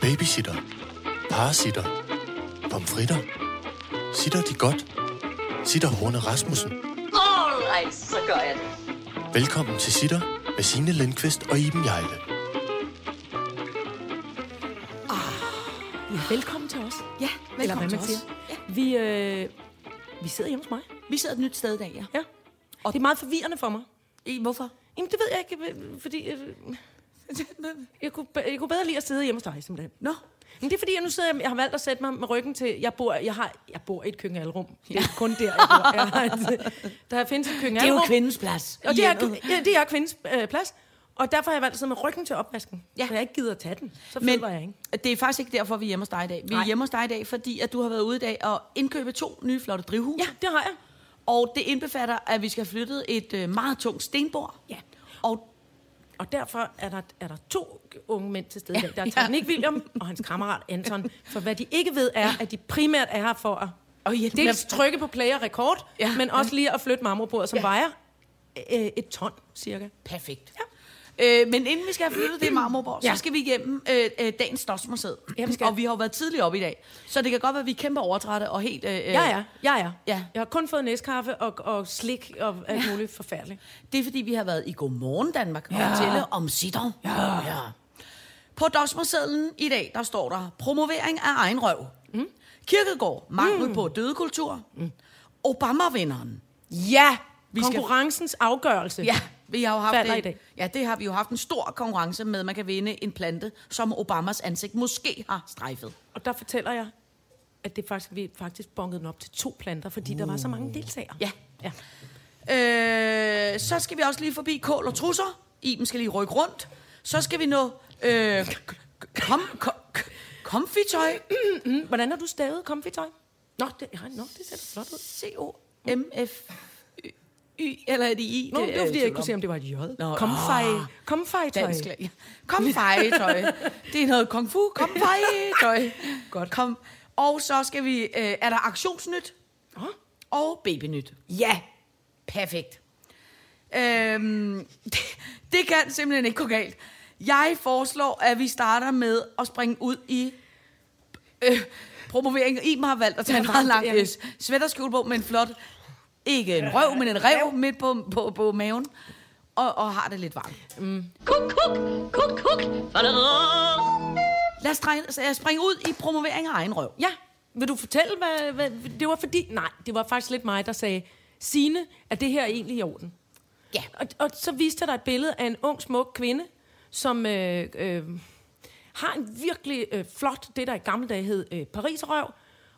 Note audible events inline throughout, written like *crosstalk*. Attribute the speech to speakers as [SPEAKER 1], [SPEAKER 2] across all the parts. [SPEAKER 1] Babysitter. Parasitter. Pomfritter. Sitter de godt? Sitter Horne Rasmussen.
[SPEAKER 2] Alright, så gør jeg det.
[SPEAKER 1] Velkommen til Sitter med Signe Lindqvist og Iben Jejle.
[SPEAKER 3] Ja, velkommen til os.
[SPEAKER 4] Ja,
[SPEAKER 3] Eller hvad
[SPEAKER 4] velkommen
[SPEAKER 3] man
[SPEAKER 4] til
[SPEAKER 3] siger.
[SPEAKER 4] os. Ja.
[SPEAKER 3] Vi, øh, vi sidder hjemme hos mig.
[SPEAKER 4] Vi sidder et nyt sted i dag, ja.
[SPEAKER 3] Ja. Og det er meget forvirrende for mig.
[SPEAKER 4] I, hvorfor?
[SPEAKER 3] Jamen, det ved jeg ikke, øh, fordi... Øh, *laughs* jeg, kunne, be- jeg kunne bedre lide at sidde hjemme hos dig, simpelthen.
[SPEAKER 4] Nå,
[SPEAKER 3] Men det er fordi, jeg nu sidder jeg, jeg har valgt at sætte mig med ryggen til... Jeg bor, jeg har, jeg bor i et køkkenalrum. Det er kun der, jeg bor.
[SPEAKER 4] *laughs*
[SPEAKER 3] Jeg har et, der findes et
[SPEAKER 4] det er
[SPEAKER 3] køkkenalrum.
[SPEAKER 4] jo kvindens plads.
[SPEAKER 3] Og
[SPEAKER 4] i
[SPEAKER 3] det er,
[SPEAKER 4] hjemmet.
[SPEAKER 3] ja, det er kvindens øh, plads. Og derfor har jeg valgt at sidde med ryggen til opvasken. Ja. Så jeg ikke gider at tage den. Så fed
[SPEAKER 4] Men
[SPEAKER 3] var jeg ikke.
[SPEAKER 4] det er faktisk ikke derfor, vi er hjemme hos dig i dag. Vi er
[SPEAKER 3] Nej.
[SPEAKER 4] hjemme hos dig i dag, fordi at du har været ude i dag og indkøbe to nye flotte drivhus.
[SPEAKER 3] Ja, det har jeg.
[SPEAKER 4] Og det indbefatter, at vi skal have flyttet et øh, meget tungt stenbord.
[SPEAKER 3] Ja.
[SPEAKER 4] Og
[SPEAKER 3] Og derfor er der, er der to unge mænd til stede.
[SPEAKER 4] Ja,
[SPEAKER 3] Ja, der er
[SPEAKER 4] ja.
[SPEAKER 3] Teknik William og hans kammerat Anton. For hvad de ikke ved er, at de primært er her for at
[SPEAKER 4] Åh, ja,
[SPEAKER 3] dels
[SPEAKER 4] men-
[SPEAKER 3] trykke på play og rekord,
[SPEAKER 4] Ja,
[SPEAKER 3] ja, men også lige at flytte marmorbordet, som
[SPEAKER 4] Ja.
[SPEAKER 3] ja. vejer øh, et ton cirka.
[SPEAKER 4] perfekt.
[SPEAKER 3] Ja.
[SPEAKER 4] Øh, men inden vi skal have flyttet det marmorborg, ja.
[SPEAKER 3] Ja.
[SPEAKER 4] så skal vi igennem øh, øh, dagens Slotsmuseet.
[SPEAKER 3] Ja, vi skal.
[SPEAKER 4] Og vi har jo været tidligt op i dag, så det kan godt være, at vi er kæmpe overtrætte og helt... Øh,
[SPEAKER 3] Ja, ja, ja, ja.
[SPEAKER 4] Ja.
[SPEAKER 3] Jeg har kun fået næstkaffe og, og slik og alt muligt forfærdeligt.
[SPEAKER 4] Det er fordi, vi har været i Godmorgen Danmark og fortælle om sitter. Ja. ja. På dosmersedlen i dag, der står der promovering af egen røv. Mm. Kirkegård, mangel mm. på dødekultur. Mm. Obama-vinderen.
[SPEAKER 3] Ja!
[SPEAKER 4] Vi
[SPEAKER 3] Vi
[SPEAKER 4] skal-
[SPEAKER 3] Konkurrencens afgørelse.
[SPEAKER 4] Ja, vi har jo haft
[SPEAKER 3] Falder
[SPEAKER 4] en,
[SPEAKER 3] i dag.
[SPEAKER 4] Ja, det har vi jo haft en stor konkurrence med, at man kan vinde en plante, som Obamas ansigt måske har strejfet.
[SPEAKER 3] Og der fortæller jeg, at det faktisk, vi faktisk bongede den op til to planter, fordi uh. der var så mange deltagere.
[SPEAKER 4] Ja.
[SPEAKER 3] ja.
[SPEAKER 4] Øh, så skal vi også lige forbi kål og trusser. Iben skal lige rykke rundt. Så skal vi nå øh, kom, kom, komfitøj.
[SPEAKER 3] Mm, Hvordan har du stavet komfitøj? Nå, det, ja, nå, det ser da flot ud.
[SPEAKER 4] C-O-M-F-Y, eller er det I?
[SPEAKER 3] Nå, det var
[SPEAKER 4] er
[SPEAKER 3] fordi, jeg
[SPEAKER 4] tvivl
[SPEAKER 3] ikke kunne se, om det var et J.
[SPEAKER 4] Nå, ah.
[SPEAKER 3] Komfej. Komfejtøj.
[SPEAKER 4] Dansk lag. Komfejtøj. Det er noget kung fu. Komfejtøj.
[SPEAKER 3] Godt.
[SPEAKER 4] Kom. Og så skal vi... Øh, er der aktionsnyt
[SPEAKER 3] Åh,
[SPEAKER 4] og babynyt?
[SPEAKER 3] Ja.
[SPEAKER 4] Perfekt. Øhm, det, det kan simpelthen ikke gå galt. Jeg foreslår, at vi starter med at springe ud i øh, promoveringen. Iben har valgt at tage en meget lang
[SPEAKER 3] Ja.
[SPEAKER 4] øh, svætterskjole på, men flot. Ikke en røv, men en rev midt på, på, på maven. Og, og har det lidt varmt.
[SPEAKER 2] Kuk, kuk, kuk, kuk.
[SPEAKER 4] Lad os streng- øh, springe ud i promovering af egen røv.
[SPEAKER 3] Ja. Vil du fortælle, hvad, hvad... Det var fordi... Nej, det var faktisk lidt mig, der sagde, Signe, er det her egentlig i orden?
[SPEAKER 4] Ja.
[SPEAKER 3] Og, og så viste jeg dig et billede af en ung, smuk kvinde, som øh, øh, har en virkelig øh, flot, det der i gamle dage hed øh, Parisrøv.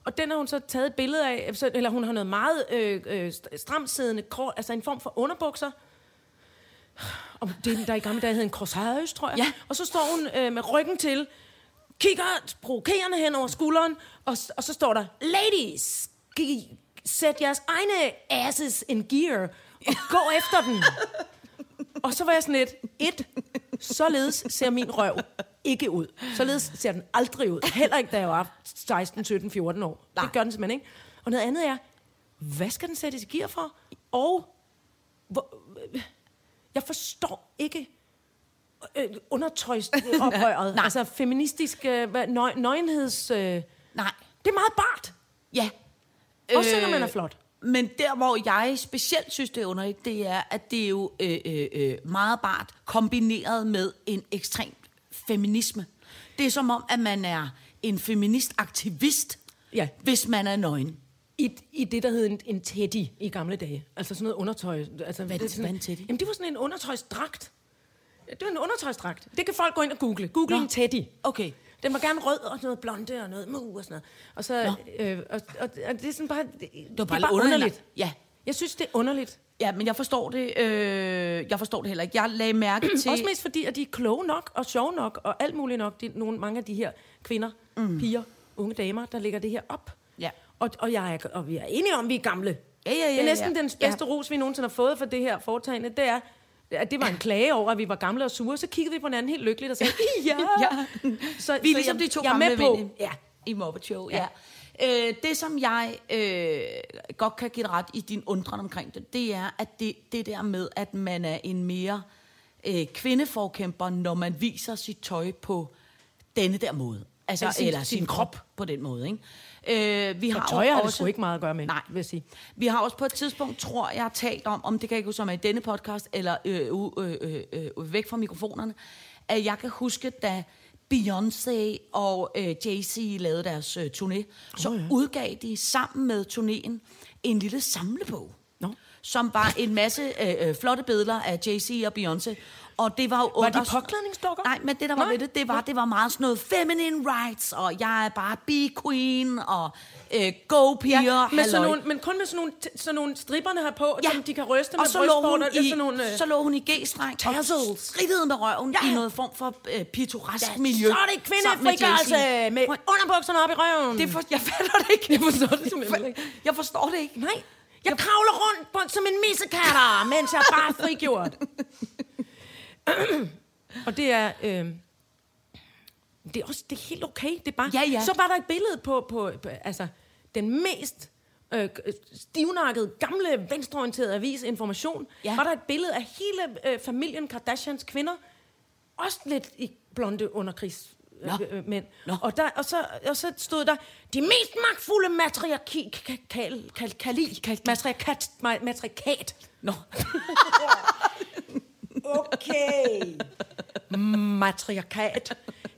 [SPEAKER 3] Og den har hun så taget et billede af, øh, så- eller hun har noget meget øh, øh, st- stramt siddende krog, altså en form for underbukser. Og det, der i gamle dage hed en corsage, tror jeg.
[SPEAKER 4] Ja.
[SPEAKER 3] Og så står hun øh, med ryggen til, kigger provokerende hen over skulderen, og, s- og så står der, ladies, gi- sæt jeres egne asses in gear, og gå efter den. Og så var jeg sådan lidt, et, således ser min røv ikke ud. Således ser den aldrig ud. Heller ikke, da jeg var 16, 17, 14 år. Nej.
[SPEAKER 4] Nej.
[SPEAKER 3] Det gør den simpelthen ikke. Og noget andet er, hvad skal den sættes i gear for? Og hvor, øh, jeg forstår ikke øh, undertøjsoprøret.
[SPEAKER 4] Nej.
[SPEAKER 3] Altså feministisk øh, hvad- nøg, nøgenheds... Øh,
[SPEAKER 4] Nej.
[SPEAKER 3] det er meget bart.
[SPEAKER 4] Ja.
[SPEAKER 3] Også selvom man er flot.
[SPEAKER 4] Men der, hvor jeg specielt synes, det er underligt, det er, at det er jo øh, øh, øh, meget bart kombineret med en ekstrem feminisme. Det er som om, at man er en feministaktivist,
[SPEAKER 3] Ja.
[SPEAKER 4] hvis man er nøgen.
[SPEAKER 3] I, I det, der hed en, en teddy i gamle dage. Altså sådan noget undertøj. Altså, hvad
[SPEAKER 4] er det- hvad er en teddy?
[SPEAKER 3] Jamen, det var sådan en undertøjsdragt. Det var en undertøjsdragt. Det kan folk gå ind og google. Google
[SPEAKER 4] Nå.
[SPEAKER 3] en teddy.
[SPEAKER 4] Okay.
[SPEAKER 3] Den var gerne rød og noget blonde og noget mu og sådan noget. Og, så, øh, og, og, og det er sådan bare... Det, det
[SPEAKER 4] var
[SPEAKER 3] er
[SPEAKER 4] bare lidt underligt. Ja.
[SPEAKER 3] Jeg synes, det er underligt.
[SPEAKER 4] Ja, men jeg forstår det. Øh, jeg forstår det heller ikke. Jeg lagde *clears throat* mærke til...
[SPEAKER 3] Det... Også mest fordi, at de er kloge nok og sjove nok og alt muligt nok. De, nogle, mange af de her kvinder, mm. piger, unge damer, der lægger det her op.
[SPEAKER 4] Ja.
[SPEAKER 3] Og, og, jeg er, og vi er enige om, at vi er gamle.
[SPEAKER 4] Ja, ja, ja,
[SPEAKER 3] det er næsten
[SPEAKER 4] ja.
[SPEAKER 3] den bedste ros, vi nogensinde har fået for det her foretagende. Det er, at det var en klage over, at vi var gamle og sure. Så kiggede vi på hinanden helt lykkeligt
[SPEAKER 4] *laughs*
[SPEAKER 3] og sagde, ja.
[SPEAKER 4] Ja.
[SPEAKER 3] Så,
[SPEAKER 4] Vi er ligesom de to
[SPEAKER 3] jeg er med
[SPEAKER 4] gamle
[SPEAKER 3] på.
[SPEAKER 4] veninde.
[SPEAKER 3] Ja.
[SPEAKER 4] I Muppet Show, ja. ja. Øh, det, som jeg øh, godt kan give dig ret i din undren omkring det, det er, at det, det der med, at man er en mere øh, kvindeforkæmper, når man viser sit tøj på denne der måde. Altså,
[SPEAKER 3] Eller sin-
[SPEAKER 4] eller sin,
[SPEAKER 3] sin
[SPEAKER 4] krop. krop på den måde, ikke? Øh, vi har
[SPEAKER 3] tøj
[SPEAKER 4] jo
[SPEAKER 3] har det
[SPEAKER 4] også-
[SPEAKER 3] sgu ikke meget at gøre med,
[SPEAKER 4] Nej.
[SPEAKER 3] vil jeg sige.
[SPEAKER 4] Vi har også på et tidspunkt, tror jeg, talt om, om det kan jeg ikke huske, om er i denne podcast, eller øh, øh, øh, øh, væk fra mikrofonerne, at jeg kan huske, da Beyoncé og øh, Jay-Z lavede deres øh, turné, så oh, ja. udgav de sammen med turnéen en lille samlebog,
[SPEAKER 3] Nå.
[SPEAKER 4] som var en masse øh, øh, flotte billeder af Jay-Z og Beyoncé. Og det var jo
[SPEAKER 3] Var de
[SPEAKER 4] under-
[SPEAKER 3] påklædningsdukker?
[SPEAKER 4] Nej, men det, der var
[SPEAKER 3] Nej.
[SPEAKER 4] ved det, det var, det var meget sådan noget feminine rights, og jeg er bare be-queen, og øh, go-piger,
[SPEAKER 3] Ja, med sådan
[SPEAKER 4] halløj.
[SPEAKER 3] nogle, men kun med sådan nogle, t- sådan nogle stripperne her på, ja.
[SPEAKER 4] Ja.
[SPEAKER 3] som de kan ryste
[SPEAKER 4] og
[SPEAKER 3] med
[SPEAKER 4] så lå hun
[SPEAKER 3] brystvorter, lidt
[SPEAKER 4] i,
[SPEAKER 3] sådan nogle, øh,
[SPEAKER 4] så lå hun i G-streng og
[SPEAKER 3] tassels.
[SPEAKER 4] strittede med røven ja. i noget form for øh, pittoresk
[SPEAKER 3] Ja,
[SPEAKER 4] miljø.
[SPEAKER 3] Så er det
[SPEAKER 4] sammen med
[SPEAKER 3] kvindefrigørelse
[SPEAKER 4] Jay-Z.
[SPEAKER 3] med
[SPEAKER 4] Prøv-
[SPEAKER 3] underbukserne op i røven.
[SPEAKER 4] Det for, jeg fatter det ikke.
[SPEAKER 3] Jeg forstår det simpelthen
[SPEAKER 4] Jeg for-
[SPEAKER 3] ikke.
[SPEAKER 4] Jeg forstår det ikke.
[SPEAKER 3] Nej, jeg kravler rundt på, som en missekatter, mens jeg er bare er frigjort. og det er... Øh, det er også det er helt okay. Det er bare,
[SPEAKER 4] Ja, ja.
[SPEAKER 3] Så var der et billede på, på, på altså, den mest øh, stivnakkede, gamle, venstreorienterede avis Information.
[SPEAKER 4] Ja.
[SPEAKER 3] Var der et billede af hele øh, familien Kardashians kvinder, også lidt i blonde underkrigs øh,
[SPEAKER 4] Nå.
[SPEAKER 3] øh, mænd.
[SPEAKER 4] Nå.
[SPEAKER 3] Og, der, og, så, og så stod der, de mest magtfulde matriarki, ka, kal, kal, kali, kal, matriarkat, ma- matriarkat.
[SPEAKER 4] Nå,
[SPEAKER 3] Okay. Matriarkat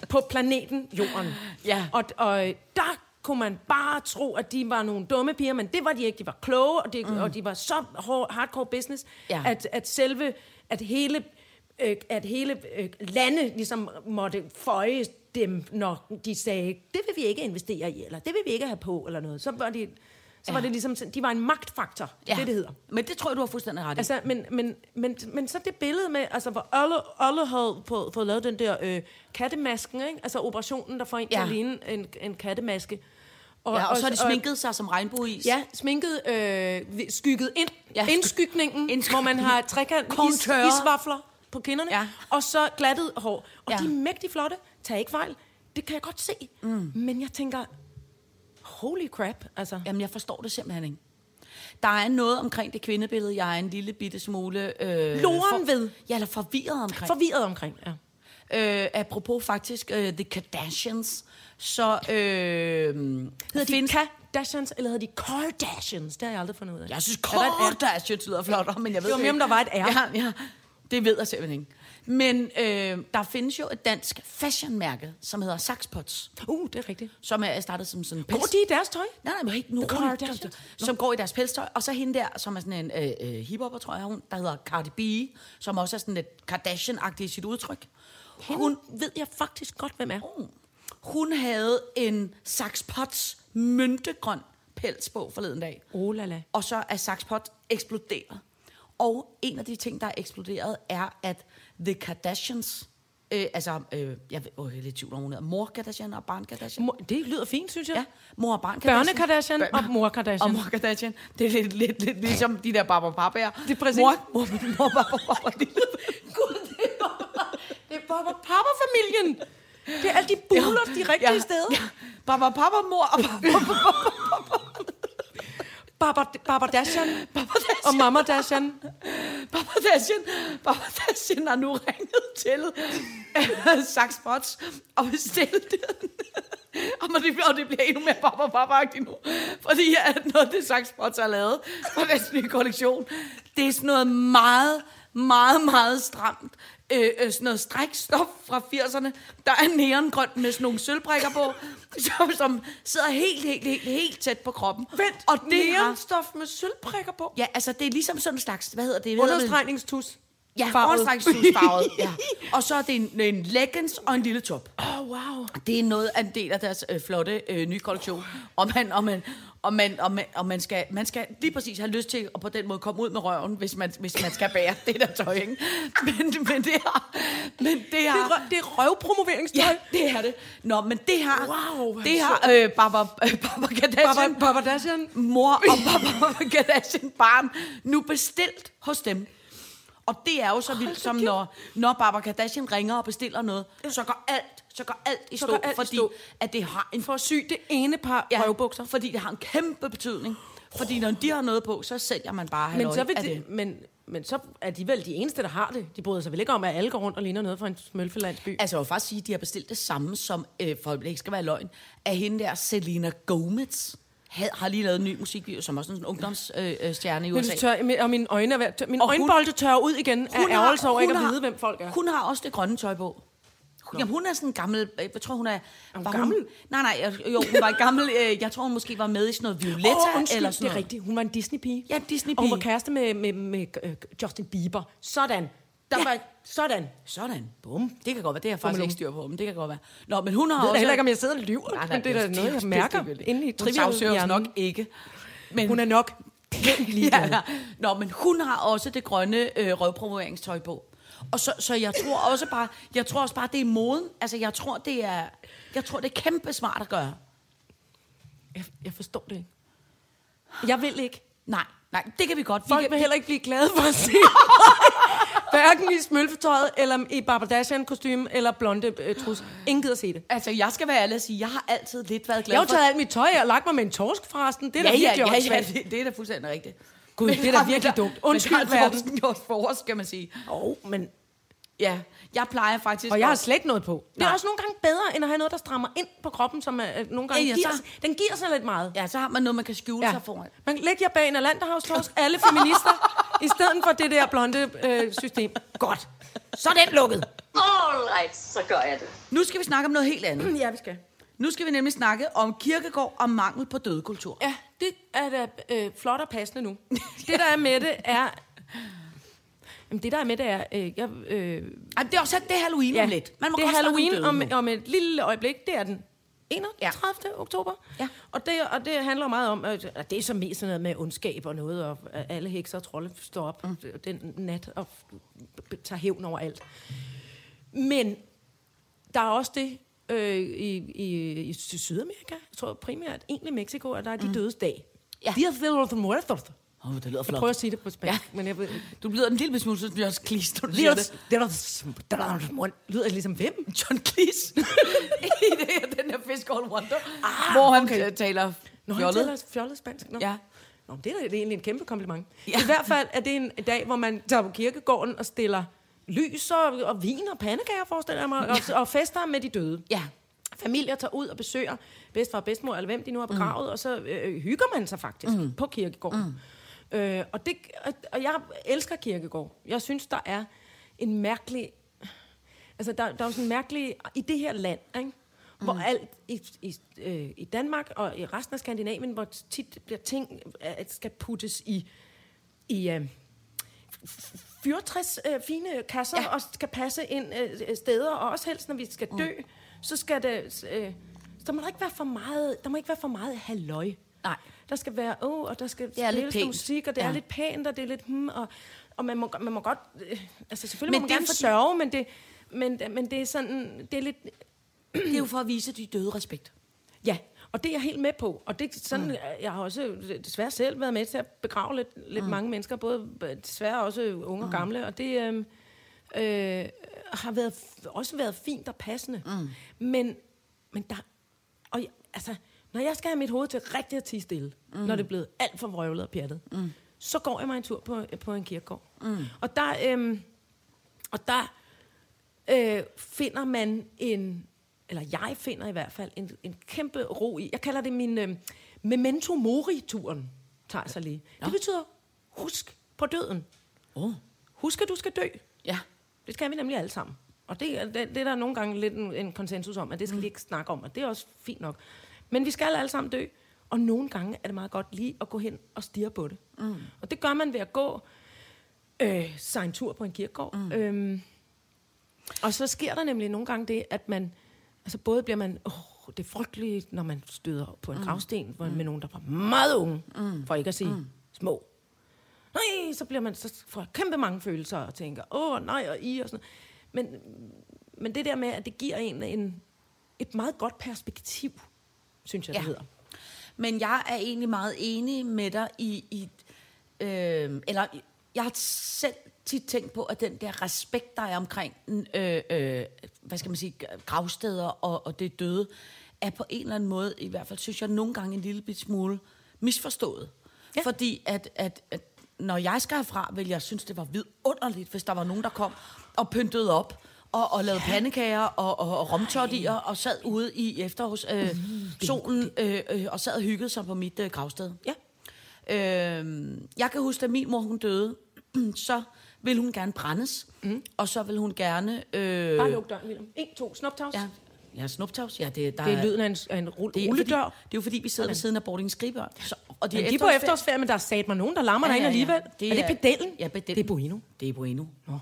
[SPEAKER 3] på planeten Jorden.
[SPEAKER 4] Ja.
[SPEAKER 3] Og, og øh, der kunne man bare tro, at de var nogle dumme piger, men det var de ikke. De var kloge, og de, mm. og de var så hår, hardcore business,
[SPEAKER 4] Ja.
[SPEAKER 3] at, at selve, at hele, øh, at hele øh, lande ligesom måtte føje dem, når de sagde, det vil vi ikke investere i, eller det vil vi ikke have på, eller noget. Så var de, så var det ligesom, sådan- de var en magtfaktor, ja. det det hedder.
[SPEAKER 4] Men det tror jeg, du har fuldstændig ret i.
[SPEAKER 3] Altså, men, men, men, men så det billede med, altså, hvor Olle, Olle havde fået, fået lavet den der øh, kattemasken, ikke? altså operationen, der får en ja. til
[SPEAKER 4] Ja.
[SPEAKER 3] at ligne en, en kattemaske.
[SPEAKER 4] ja, og så har de sminket sig som regnbueis.
[SPEAKER 3] Ja, sminket, øh, vi- skygget ind,
[SPEAKER 4] Ja.
[SPEAKER 3] ja. indskygningen,
[SPEAKER 4] Indsk-
[SPEAKER 3] hvor man
[SPEAKER 4] *laughs*
[SPEAKER 3] har trekant is,
[SPEAKER 4] Konturer.
[SPEAKER 3] isvafler på kinderne,
[SPEAKER 4] Ja.
[SPEAKER 3] ja. og så glattet hår. Og
[SPEAKER 4] Ja.
[SPEAKER 3] ja. de er mægtig flotte, tag ikke fejl, det kan jeg godt se. Mm. Men jeg tænker, holy crap, altså.
[SPEAKER 4] Jamen, jeg forstår det simpelthen ikke. Der er noget omkring det kvindebillede, jeg er en lille bitte smule... Øh,
[SPEAKER 3] Loren ved.
[SPEAKER 4] Ja, eller forvirret omkring.
[SPEAKER 3] Forvirret omkring, ja.
[SPEAKER 4] Øh, apropos faktisk øh, The Kardashians, så øh,
[SPEAKER 3] Hedder de
[SPEAKER 4] findes-
[SPEAKER 3] Kardashians, eller hedder de Kardashians? Det har jeg aldrig fundet ud af.
[SPEAKER 4] Jeg synes,
[SPEAKER 3] Er der et R?
[SPEAKER 4] Kardashians lyder flot, men jeg ved
[SPEAKER 3] Det var mere, om der var et R.
[SPEAKER 4] Ja, ja. Det ved jeg simpelthen ikke. Men øh, der findes jo et dansk fashionmærke, som hedder Saxpots,
[SPEAKER 3] Uh, det er rigtigt.
[SPEAKER 4] som er startet som sådan en
[SPEAKER 3] Går de i deres tøj?
[SPEAKER 4] Nej, nej, men helt nu.
[SPEAKER 3] Går de i deres tøj?
[SPEAKER 4] Som går i deres pelstøj. Og så hende der, som er sådan en øh, øh, hiphopper, tror jeg, hun, der hedder Cardi B, som også er sådan lidt Kardashian-agtig i sit udtryk. Hun,
[SPEAKER 3] Hun ved jeg faktisk godt, hvem er.
[SPEAKER 4] hun havde en Saxpots myntegrøn pels på forleden dag.
[SPEAKER 3] Oh la la.
[SPEAKER 4] Og så er Saxpot eksploderet. Og en af de ting, der er eksploderet, er, at The Kardashians, øh, altså, øh, jeg, ved, åh, jeg er lidt i tvivl om, hun hedder mor Kardashian og barn Kardashian.
[SPEAKER 3] Mor, det lyder fint, synes jeg.
[SPEAKER 4] Ja, mor og barn Kardashian.
[SPEAKER 3] Børne Kardashian
[SPEAKER 4] Bør-
[SPEAKER 3] og mor Kardashian.
[SPEAKER 4] Og mor Kardashian. Det er lidt, lidt, lidt ligesom de der Barbara Pappaer.
[SPEAKER 3] Det er præcis.
[SPEAKER 4] Mor, mor, mor Barbara Pappa. Gud, det er
[SPEAKER 3] Det er Barbara Papa-familien. Det er alle de buler, de rigtige steder.
[SPEAKER 4] Ja. Barbara Pappa, mor og Barbara
[SPEAKER 3] Barbara, Barbara Dashian og Mama Dashian.
[SPEAKER 4] *laughs* Papadasjen, Papadasjen har nu ringet til øh, Saks Bots og bestilt den. *laughs* og, men det, bliver, og det bliver endnu mere papa papa nu. Fordi at noget, det Saks Bots har lavet for deres nye kollektion, det er sådan noget meget, meget, meget stramt. Øh, øh, sådan noget strækstof fra 80'erne. Der er neongrønt med sådan nogle sølvbrikker på, *laughs* som, som sidder helt, helt, helt, helt tæt på kroppen.
[SPEAKER 3] Vent,
[SPEAKER 4] og det har-
[SPEAKER 3] neonstof med sølvprikker på.
[SPEAKER 4] Ja, altså det er ligesom sådan en slags, hvad hedder det? Hvad hedder det?
[SPEAKER 3] Understregningstus.
[SPEAKER 4] Ja,
[SPEAKER 3] Farvet.
[SPEAKER 4] farvet. *laughs* ja. Og så er det en, en leggings og en lille top.
[SPEAKER 3] Åh, *laughs* oh, wow.
[SPEAKER 4] Det er noget af en del af deres øh, flotte øh, nye kollektion. Og man, og man, og man, og man, og man, skal, man skal lige præcis have lyst til at på den måde komme ud med røven, hvis man, hvis man skal bære det der tøj, ikke? Men, men det har... Men det
[SPEAKER 3] Det er,
[SPEAKER 4] har
[SPEAKER 3] rø- det er røvpromoveringstøj.
[SPEAKER 4] Ja, det er det. Nå, men det har...
[SPEAKER 3] Wow, hvor er
[SPEAKER 4] det
[SPEAKER 3] det
[SPEAKER 4] har øh, Barbara, øh, Barbara Kardashian,
[SPEAKER 3] Barbara- Barbara Kardashian.
[SPEAKER 4] mor og *laughs* Barbara Kardashian barn nu bestilt hos dem. Og det er jo så vildt, som når, når Barbara Kardashian ringer og bestiller noget, så går alt, så går alt i
[SPEAKER 3] Så
[SPEAKER 4] stå,
[SPEAKER 3] går alt i
[SPEAKER 4] fordi
[SPEAKER 3] stå.
[SPEAKER 4] at det har en
[SPEAKER 3] For at sy det ene par ja.
[SPEAKER 4] ja,
[SPEAKER 3] røvbukser.
[SPEAKER 4] fordi det har en kæmpe betydning. Fordi når de har noget på, så sælger man bare
[SPEAKER 3] Men
[SPEAKER 4] halløj
[SPEAKER 3] så vil
[SPEAKER 4] af
[SPEAKER 3] det, men men så er de vel de eneste, der har det. De bryder sig vel ikke om, at alle går rundt og ligner noget fra en smølfelandsby.
[SPEAKER 4] Altså, jeg vil faktisk sige, at de har bestilt det samme som, øh, for at det ikke skal være løgn, af hende der, Selena Gomez. Had, har lige lavet en ny musikvideo, som også er sådan en ungdomsstjerne øh, øh, stjerne i
[SPEAKER 3] Men
[SPEAKER 4] USA.
[SPEAKER 3] du tør, mi- og mine øjne er ved, at tør, mine
[SPEAKER 4] Og hun-
[SPEAKER 3] øjenbolde tørrer ud igen af ærgelse over
[SPEAKER 4] hun
[SPEAKER 3] ikke at
[SPEAKER 4] har-
[SPEAKER 3] vide, hvem folk er.
[SPEAKER 4] Hun har også det grønne tøj på. Hun, jamen, hun er sådan en gammel... øh, Jeg tror, hun er...
[SPEAKER 3] hun
[SPEAKER 4] var
[SPEAKER 3] gammel?
[SPEAKER 4] Hun, nej, nej, jeg- jo, hun var gammel. øh, Jeg tror, hun måske var med i sådan noget Violetta
[SPEAKER 3] Åh, undskyld,
[SPEAKER 4] eller sådan
[SPEAKER 3] det er
[SPEAKER 4] noget.
[SPEAKER 3] rigtigt. Hun var en Disney-pige.
[SPEAKER 4] Ja, Disney-pige.
[SPEAKER 3] Og hun var kæreste med, med, med, øh, Justin Bieber. Sådan. Der
[SPEAKER 4] Ja.
[SPEAKER 3] ja. var, sådan. Jeg
[SPEAKER 4] Sådan. Bum. Det kan godt være. Det har jeg faktisk ikke styr på, men det kan godt være. Nå, men hun har
[SPEAKER 3] ved da
[SPEAKER 4] også...
[SPEAKER 3] heller ikke, om jeg sidder og lyver.
[SPEAKER 4] Nej, nej,
[SPEAKER 3] men det er da noget, jeg
[SPEAKER 4] det-
[SPEAKER 3] mærker
[SPEAKER 4] det- det-
[SPEAKER 3] inde i
[SPEAKER 4] Hun sagsøger os nok
[SPEAKER 3] trivialhjernen.
[SPEAKER 4] ikke. Men,
[SPEAKER 3] Hun er *laughs* nok helt ligeglad.
[SPEAKER 4] ja. Nå, men hun har også det grønne øh, røvpromoveringstøj på. Og så, så jeg tror også bare, jeg tror også bare, det er moden. Altså, jeg tror, det er, jeg tror, det er kæmpe smart at gøre.
[SPEAKER 3] Jeg, jeg forstår det ikke. Jeg vil ikke.
[SPEAKER 4] Nej, nej, det kan vi godt. vi
[SPEAKER 3] Folk
[SPEAKER 4] kan,
[SPEAKER 3] vil heller ikke blive glade for at
[SPEAKER 4] *laughs*
[SPEAKER 3] se *laughs* Hverken i smølfetøjet, eller i barbadasian kostume eller blonde øh, trus. Ingen gider se det.
[SPEAKER 4] Altså, jeg skal være ærlig og sige, jeg har altid lidt været glad
[SPEAKER 3] Jeg har jo
[SPEAKER 4] for...
[SPEAKER 3] taget alt mit tøj af og lagt mig med en torsk forresten. Det er da
[SPEAKER 4] ja,
[SPEAKER 3] virkelig
[SPEAKER 4] ja, ja, ja,
[SPEAKER 3] åndssvagt.
[SPEAKER 4] det, det er da fuldstændig rigtigt.
[SPEAKER 3] Gud, det er
[SPEAKER 4] *laughs*
[SPEAKER 3] da virkelig dumt. Undskyld,
[SPEAKER 4] men
[SPEAKER 3] verden.
[SPEAKER 4] verden. gjort for os, skal man sige.
[SPEAKER 3] Åh, men
[SPEAKER 4] Ja, jeg plejer faktisk...
[SPEAKER 3] Og jeg har
[SPEAKER 4] også-
[SPEAKER 3] slet ikke noget på. Det er
[SPEAKER 4] Nej.
[SPEAKER 3] også nogle gange bedre, end at have noget, der strammer ind på kroppen, som er, øh, nogle gange
[SPEAKER 4] Ja, ja,
[SPEAKER 3] giver,
[SPEAKER 4] så-
[SPEAKER 3] sig- den giver sig lidt meget.
[SPEAKER 4] Ja, så har man noget, man kan skjule ja. sig foran.
[SPEAKER 3] Man lægger jer bag en Alanderhavstorsk, alle feminister, i stedet for det der blonde øh, system. Godt. Så er den lukket.
[SPEAKER 2] All right, så gør jeg det.
[SPEAKER 4] Nu skal vi snakke om noget helt andet.
[SPEAKER 3] Ja, vi skal.
[SPEAKER 4] Nu skal vi nemlig snakke om kirkegård og mangel på dødekultur.
[SPEAKER 3] Ja, det er da øh, flot og passende nu. Det, der er med det, er... Jamen, det, der er med det, er... Øh, jeg, øh,
[SPEAKER 4] Ej, det er også det er Halloween om lidt. Man må
[SPEAKER 3] det er
[SPEAKER 4] godt
[SPEAKER 3] Halloween
[SPEAKER 4] snakke om,
[SPEAKER 3] om,
[SPEAKER 4] døden nu.
[SPEAKER 3] om et lille øjeblik. Det er den 31. Ja. oktober.
[SPEAKER 4] Ja.
[SPEAKER 3] Og, det, og det handler meget om, at at det er så mest sådan noget med ondskab og noget, og at alle hekser og trolde står op mm. den nat og f- b- tager hævn over alt. Men der er også det øh, i, i, i Sy- Sydamerika, jeg tror primært, egentlig Mexico, at der er de mm. dødes dag.
[SPEAKER 4] Ja.
[SPEAKER 3] Dia de los Muertos.
[SPEAKER 4] Åh, oh, det lyder
[SPEAKER 3] Jeg
[SPEAKER 4] flot.
[SPEAKER 3] prøver at sige det på spansk, ja. men jeg ved...
[SPEAKER 4] Du lyder en lille smule som John Cleese, når du
[SPEAKER 3] Dia
[SPEAKER 4] siger
[SPEAKER 3] de
[SPEAKER 4] det.
[SPEAKER 3] los- de los Muertos. Lyder det ligesom hvem?
[SPEAKER 4] *laughs* John Cleese. I det her, den der Fish Called Wonder, ah, hvor han okay.
[SPEAKER 3] *laughs*
[SPEAKER 4] taler
[SPEAKER 3] Nå, han
[SPEAKER 4] fjollet.
[SPEAKER 3] taler fjollet spansk. Nå.
[SPEAKER 4] Ja.
[SPEAKER 3] Nå, men det er da det er egentlig en kæmpe kompliment.
[SPEAKER 4] Ja.
[SPEAKER 3] Ja. I hvert fald er det en dag, hvor man tager på kirkegården og stiller lys og, og vin og pandekager, forestiller jeg mig, og, og fester med de døde.
[SPEAKER 4] Ja.
[SPEAKER 3] Familier tager ud og besøger bedstfar og bedstmor, eller hvem de nu har begravet, mm. og så øh, hygger man sig faktisk mm. på kirkegården. Mm. Øh, og, det, og, og jeg elsker kirkegård. Jeg synes, der er en mærkelig... Altså, der, der er jo sådan en mærkelig... I det her land, ikke? hvor mm. alt i, i, øh, i Danmark og i resten af Skandinavien, hvor tit bliver ting, øh, skal puttes i... i øh, 64 øh, fine kasser ja. og skal passe ind øh, steder, og også helst, når vi skal dø, mm. så skal det... Øh, så der må der ikke være for meget, der må ikke være for meget halløj.
[SPEAKER 4] Nej.
[SPEAKER 3] Der skal være, åh, oh, og der skal
[SPEAKER 4] er lidt
[SPEAKER 3] spilles noget
[SPEAKER 4] pænt.
[SPEAKER 3] musik, og det ja.
[SPEAKER 4] Ja.
[SPEAKER 3] er lidt pænt, og det er lidt hmm, og, og man, må, man må godt... Øh, altså selvfølgelig
[SPEAKER 4] Men
[SPEAKER 3] men må
[SPEAKER 4] det
[SPEAKER 3] man
[SPEAKER 4] er
[SPEAKER 3] gerne
[SPEAKER 4] jo-
[SPEAKER 3] forsørge, men det, men, men det er sådan, det er lidt
[SPEAKER 4] Det er jo for at vise de døde respekt.
[SPEAKER 3] Ja, og det er jeg helt med på. Og det er sådan, mm. jeg har også desværre selv været med til at begrave lidt, lidt mm. mange mennesker, både desværre også unge og gamle, og det øhm, øh, har været, også været fint og passende. Mm. Men, men der, og jeg, altså, når jeg skal have mit hoved til rigtig at tige stille, mm. når det er blevet alt for vrøvlet og pjattet, mm. så går jeg mig en tur på, på en kirkegård. Mm. Og der, øhm, og der øh, finder man en, eller jeg finder i hvert fald, en, en kæmpe ro i. Jeg kalder det min øh, memento mori-turen, tager jeg så lige. Det betyder, husk på døden.
[SPEAKER 4] Åh.
[SPEAKER 3] Husk, at du skal dø.
[SPEAKER 4] Ja.
[SPEAKER 3] Det skal vi nemlig alle sammen. Og det, er- det, det er der nogle gange lidt en, en konsensus om, at det skal vi ikke snakke om, og det er også fint nok. Men vi skal alle sammen dø, og nogle gange er det meget godt lige at gå hen og stirre på det. Mm. Og det gør man ved at gå øh, sig en tur på en kirkegård. Mm. Øhm, og så sker der nemlig nogle gange det, at man, altså både bliver man, åh, det er frygteligt, når man støder på en mm. gravsten hvor, med nogen, der var meget unge, mm. for ikke at sige mm. små. Nej, så bliver man, så får jeg kæmpe mange følelser og tænker, åh nej, og i og sådan noget. Men, men det der med, at det giver en, en et meget godt perspektiv, synes jeg, ja. det
[SPEAKER 4] Ja.
[SPEAKER 3] hedder.
[SPEAKER 4] Men jeg er egentlig meget enig med dig i... i øh, eller jeg har selv tit tænkt på, at den der respekt, der er omkring, øh, øh, hvad skal man sige, gravsteder og, og det døde, er på en eller anden måde, i hvert fald synes jeg nogle gange en lille bit smule misforstået. Ja. Fordi at, at, at når jeg skal herfra, vil jeg synes, det var vidunderligt, hvis der var nogen, der kom og pyntede op. Og, og lavede pandekager og, og, og romtottier og sad ude i efterårs øh, solen øh, øh, og sad og hyggede sig på mit øh, gravsted.
[SPEAKER 3] Ja.
[SPEAKER 4] Øh, jeg kan huske, da min mor hun døde, *clears throat* så ville hun gerne brændes, mm. og så ville hun gerne... Øh,
[SPEAKER 3] Bare luk døren, William. En, to, snuptavs.
[SPEAKER 4] ja, ja, snuptavs. Ja, det, der
[SPEAKER 3] Det er lyden af en, af en rul,
[SPEAKER 4] det er, fordi, det
[SPEAKER 3] rulledør.
[SPEAKER 4] er jo fordi, vi sidder ved siden af Bording Skribør. Så, og
[SPEAKER 3] Jamen, de er på efterårsferie, men der er sat mig nogen, der larmer ja, derinde alligevel. Det er, er det pedellen?
[SPEAKER 4] Ja, pedellen.
[SPEAKER 3] Det er Bueno.
[SPEAKER 4] Det er Bueno. Nå.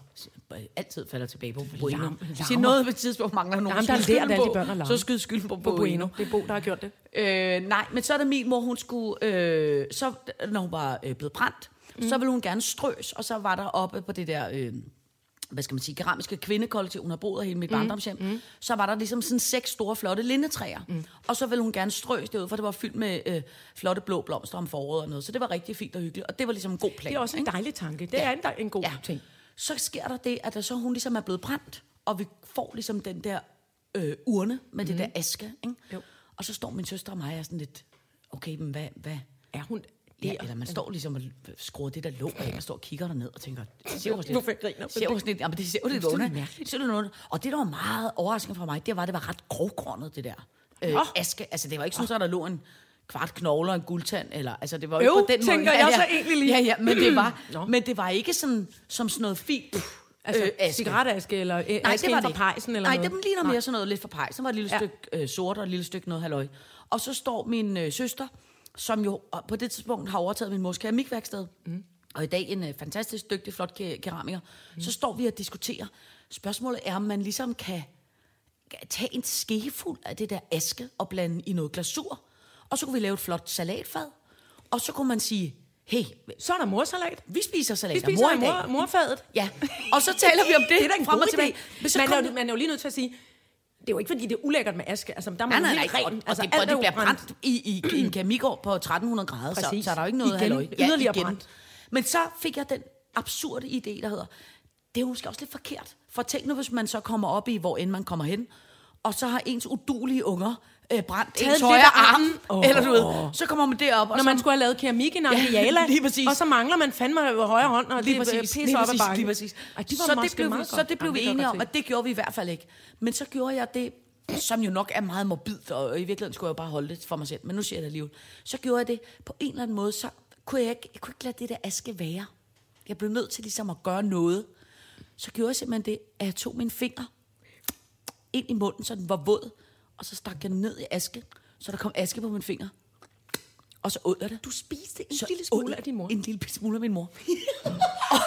[SPEAKER 4] Altid falder tilbage på Bueno.
[SPEAKER 3] larm-
[SPEAKER 4] Sig
[SPEAKER 3] larmer.
[SPEAKER 4] noget på et tidspunkt mangler nogen.
[SPEAKER 3] Jamen, der
[SPEAKER 4] Skyd
[SPEAKER 3] er lært
[SPEAKER 4] skylden
[SPEAKER 3] alle de
[SPEAKER 4] på-
[SPEAKER 3] børn at larme.
[SPEAKER 4] Så skyd skylden på,
[SPEAKER 3] På Bueno.
[SPEAKER 4] Bueno.
[SPEAKER 3] Det er Bo, der har gjort det.
[SPEAKER 4] Øh, nej, men så er det min mor, hun skulle, øh, så, når hun var øh, blevet brændt, mm. så ville hun gerne strøs, og så var der oppe på det der, øh, hvad skal man sige, keramiske kvindekollektiv, hun har boet her hele mit mm. barndomshjem, mm. så var der ligesom sådan seks store, flotte lindetræer, mm. og så ville hun gerne strøs derud, for det var fyldt med øh, flotte blå blomster om foråret og noget, så det var rigtig fint og hyggeligt, og det var ligesom en god plan.
[SPEAKER 3] Det er også en dejlig tanke. Det er en, dej- en god
[SPEAKER 4] Ja.
[SPEAKER 3] ting.
[SPEAKER 4] Så sker der det, at der så hun ligesom er blevet brændt, og vi får ligesom den der øh, urne med mm-hmm. det der aske. Ikke?
[SPEAKER 3] Jo.
[SPEAKER 4] Og så står min søster og mig og er sådan lidt, okay, men hvad... hvad?
[SPEAKER 3] Er hun
[SPEAKER 4] Ja, eller man står ligesom og skruer det der låg af, og står og kigger derned og tænker, det ser jo sådan lidt-
[SPEAKER 3] Hvorfor jeg griner, men
[SPEAKER 4] det ser jo sådan lidt, jamen, det ser jo lidt
[SPEAKER 3] det er
[SPEAKER 4] under.
[SPEAKER 3] mærkeligt.
[SPEAKER 4] Det ser jo lidt under. Og det, der var meget overraskende for mig, det var, at det var ret grovkornet, det der øh,
[SPEAKER 3] Nå.
[SPEAKER 4] aske. Altså, det var ikke sådan, at der lå en kvart knogle og en guldtand, eller, altså, det var jo
[SPEAKER 3] Øv,
[SPEAKER 4] ikke på den måde.
[SPEAKER 3] tænker
[SPEAKER 4] Ja,
[SPEAKER 3] jeg
[SPEAKER 4] ja.
[SPEAKER 3] så egentlig lige.
[SPEAKER 4] Ja, ja, men det var,
[SPEAKER 3] *clears throat* Nå.
[SPEAKER 4] men det var ikke sådan, som sådan noget fint,
[SPEAKER 3] Altså,
[SPEAKER 4] øh,
[SPEAKER 3] øh, cigaretaske eller øh,
[SPEAKER 4] Nej,
[SPEAKER 3] aske
[SPEAKER 4] det var
[SPEAKER 3] inden
[SPEAKER 4] det.
[SPEAKER 3] for pejsen eller
[SPEAKER 4] Nej,
[SPEAKER 3] noget?
[SPEAKER 4] det ligner mere sådan noget lidt for pejsen. Så var det et lille
[SPEAKER 3] Ja.
[SPEAKER 4] stykke øh, sort og et lille stykke noget halløj. Og så står min øh, søster, som jo og på det tidspunkt har overtaget min mors keramikværksted, mm. og i dag en øh, fantastisk dygtig, flot ke- keramiker, mm. så står vi og diskuterer. Spørgsmålet er, om man ligesom kan kan tage en skefuld af det der aske og blande i noget glasur, og så kunne vi lave et flot salatfad, og så kunne man sige, hey,
[SPEAKER 3] Så er der morsalat.
[SPEAKER 4] vi spiser salat
[SPEAKER 3] Vi
[SPEAKER 4] af
[SPEAKER 3] spiser
[SPEAKER 4] mor
[SPEAKER 3] mor
[SPEAKER 4] i dag.
[SPEAKER 3] mor, morfadet.
[SPEAKER 4] Ja, og så taler vi om det,
[SPEAKER 3] *laughs* det er da en
[SPEAKER 4] frem
[SPEAKER 3] god
[SPEAKER 4] og tilbage.
[SPEAKER 3] idé.
[SPEAKER 4] Men så
[SPEAKER 3] man,
[SPEAKER 4] kom
[SPEAKER 3] er jo,
[SPEAKER 4] det-
[SPEAKER 3] man er jo lige nødt til at sige, det er jo ikke, fordi det er ulækkert med aske. Altså, der må
[SPEAKER 4] Nej,
[SPEAKER 3] man
[SPEAKER 4] nej,
[SPEAKER 3] lige
[SPEAKER 4] nej. Og,
[SPEAKER 3] rent.
[SPEAKER 4] altså, og
[SPEAKER 3] alt
[SPEAKER 4] det, og
[SPEAKER 3] er
[SPEAKER 4] det
[SPEAKER 3] jo
[SPEAKER 4] bliver brændt i,
[SPEAKER 3] *clears throat*
[SPEAKER 4] i, i en kamikovn på 1300 grader, så,
[SPEAKER 3] Præcis.
[SPEAKER 4] så er der jo ikke noget
[SPEAKER 3] Igen.
[SPEAKER 4] halløj.
[SPEAKER 3] Yderligere brændt.
[SPEAKER 4] Men så fik jeg den absurde idé, der hedder, det er jo måske også lidt forkert. For tænk nu, hvis man så kommer op i, hvor end man kommer hen, og så har ens udulige unger øh, brændt ens
[SPEAKER 3] lidt
[SPEAKER 4] højre
[SPEAKER 3] af
[SPEAKER 4] arm,
[SPEAKER 3] armen.
[SPEAKER 4] eller du ved, så kommer man derop, og
[SPEAKER 3] Når
[SPEAKER 4] så
[SPEAKER 3] man skulle have lavet keramik i
[SPEAKER 4] Ja,
[SPEAKER 3] Nangiala,
[SPEAKER 4] lige præcis.
[SPEAKER 3] og så mangler man fandme højre hånd, og det
[SPEAKER 4] lige
[SPEAKER 3] er
[SPEAKER 4] præcis,
[SPEAKER 3] pisse
[SPEAKER 4] lige
[SPEAKER 3] op ad
[SPEAKER 4] præcis,
[SPEAKER 3] bakken.
[SPEAKER 4] lige præcis.
[SPEAKER 3] Ej, det var
[SPEAKER 4] så, det
[SPEAKER 3] måske
[SPEAKER 4] blev,
[SPEAKER 3] meget
[SPEAKER 4] så
[SPEAKER 3] godt.
[SPEAKER 4] det blev
[SPEAKER 3] Jamen,
[SPEAKER 4] vi
[SPEAKER 3] kan jeg
[SPEAKER 4] enige
[SPEAKER 3] godt
[SPEAKER 4] om,
[SPEAKER 3] se.
[SPEAKER 4] at det gjorde vi i hvert fald ikke. Men så gjorde jeg det, som jo nok er meget morbid, og i virkeligheden skulle jeg jo bare holde det for mig selv, men nu siger jeg det alligevel. Så gjorde jeg det på en eller anden måde, så kunne jeg ikke, jeg kunne ikke lade det der aske være. Jeg blev nødt til ligesom at gøre noget. Så gjorde jeg simpelthen det, at jeg tog min finger ind i munden, så den var våd, og så stak jeg den ned i aske, så der kom aske på min finger. Og så åd jeg det.
[SPEAKER 3] Du spiste en
[SPEAKER 4] Så
[SPEAKER 3] lille
[SPEAKER 4] åd
[SPEAKER 3] smule
[SPEAKER 4] jeg
[SPEAKER 3] af din mor.
[SPEAKER 4] En lille smule af min
[SPEAKER 3] *laughs*
[SPEAKER 4] mor.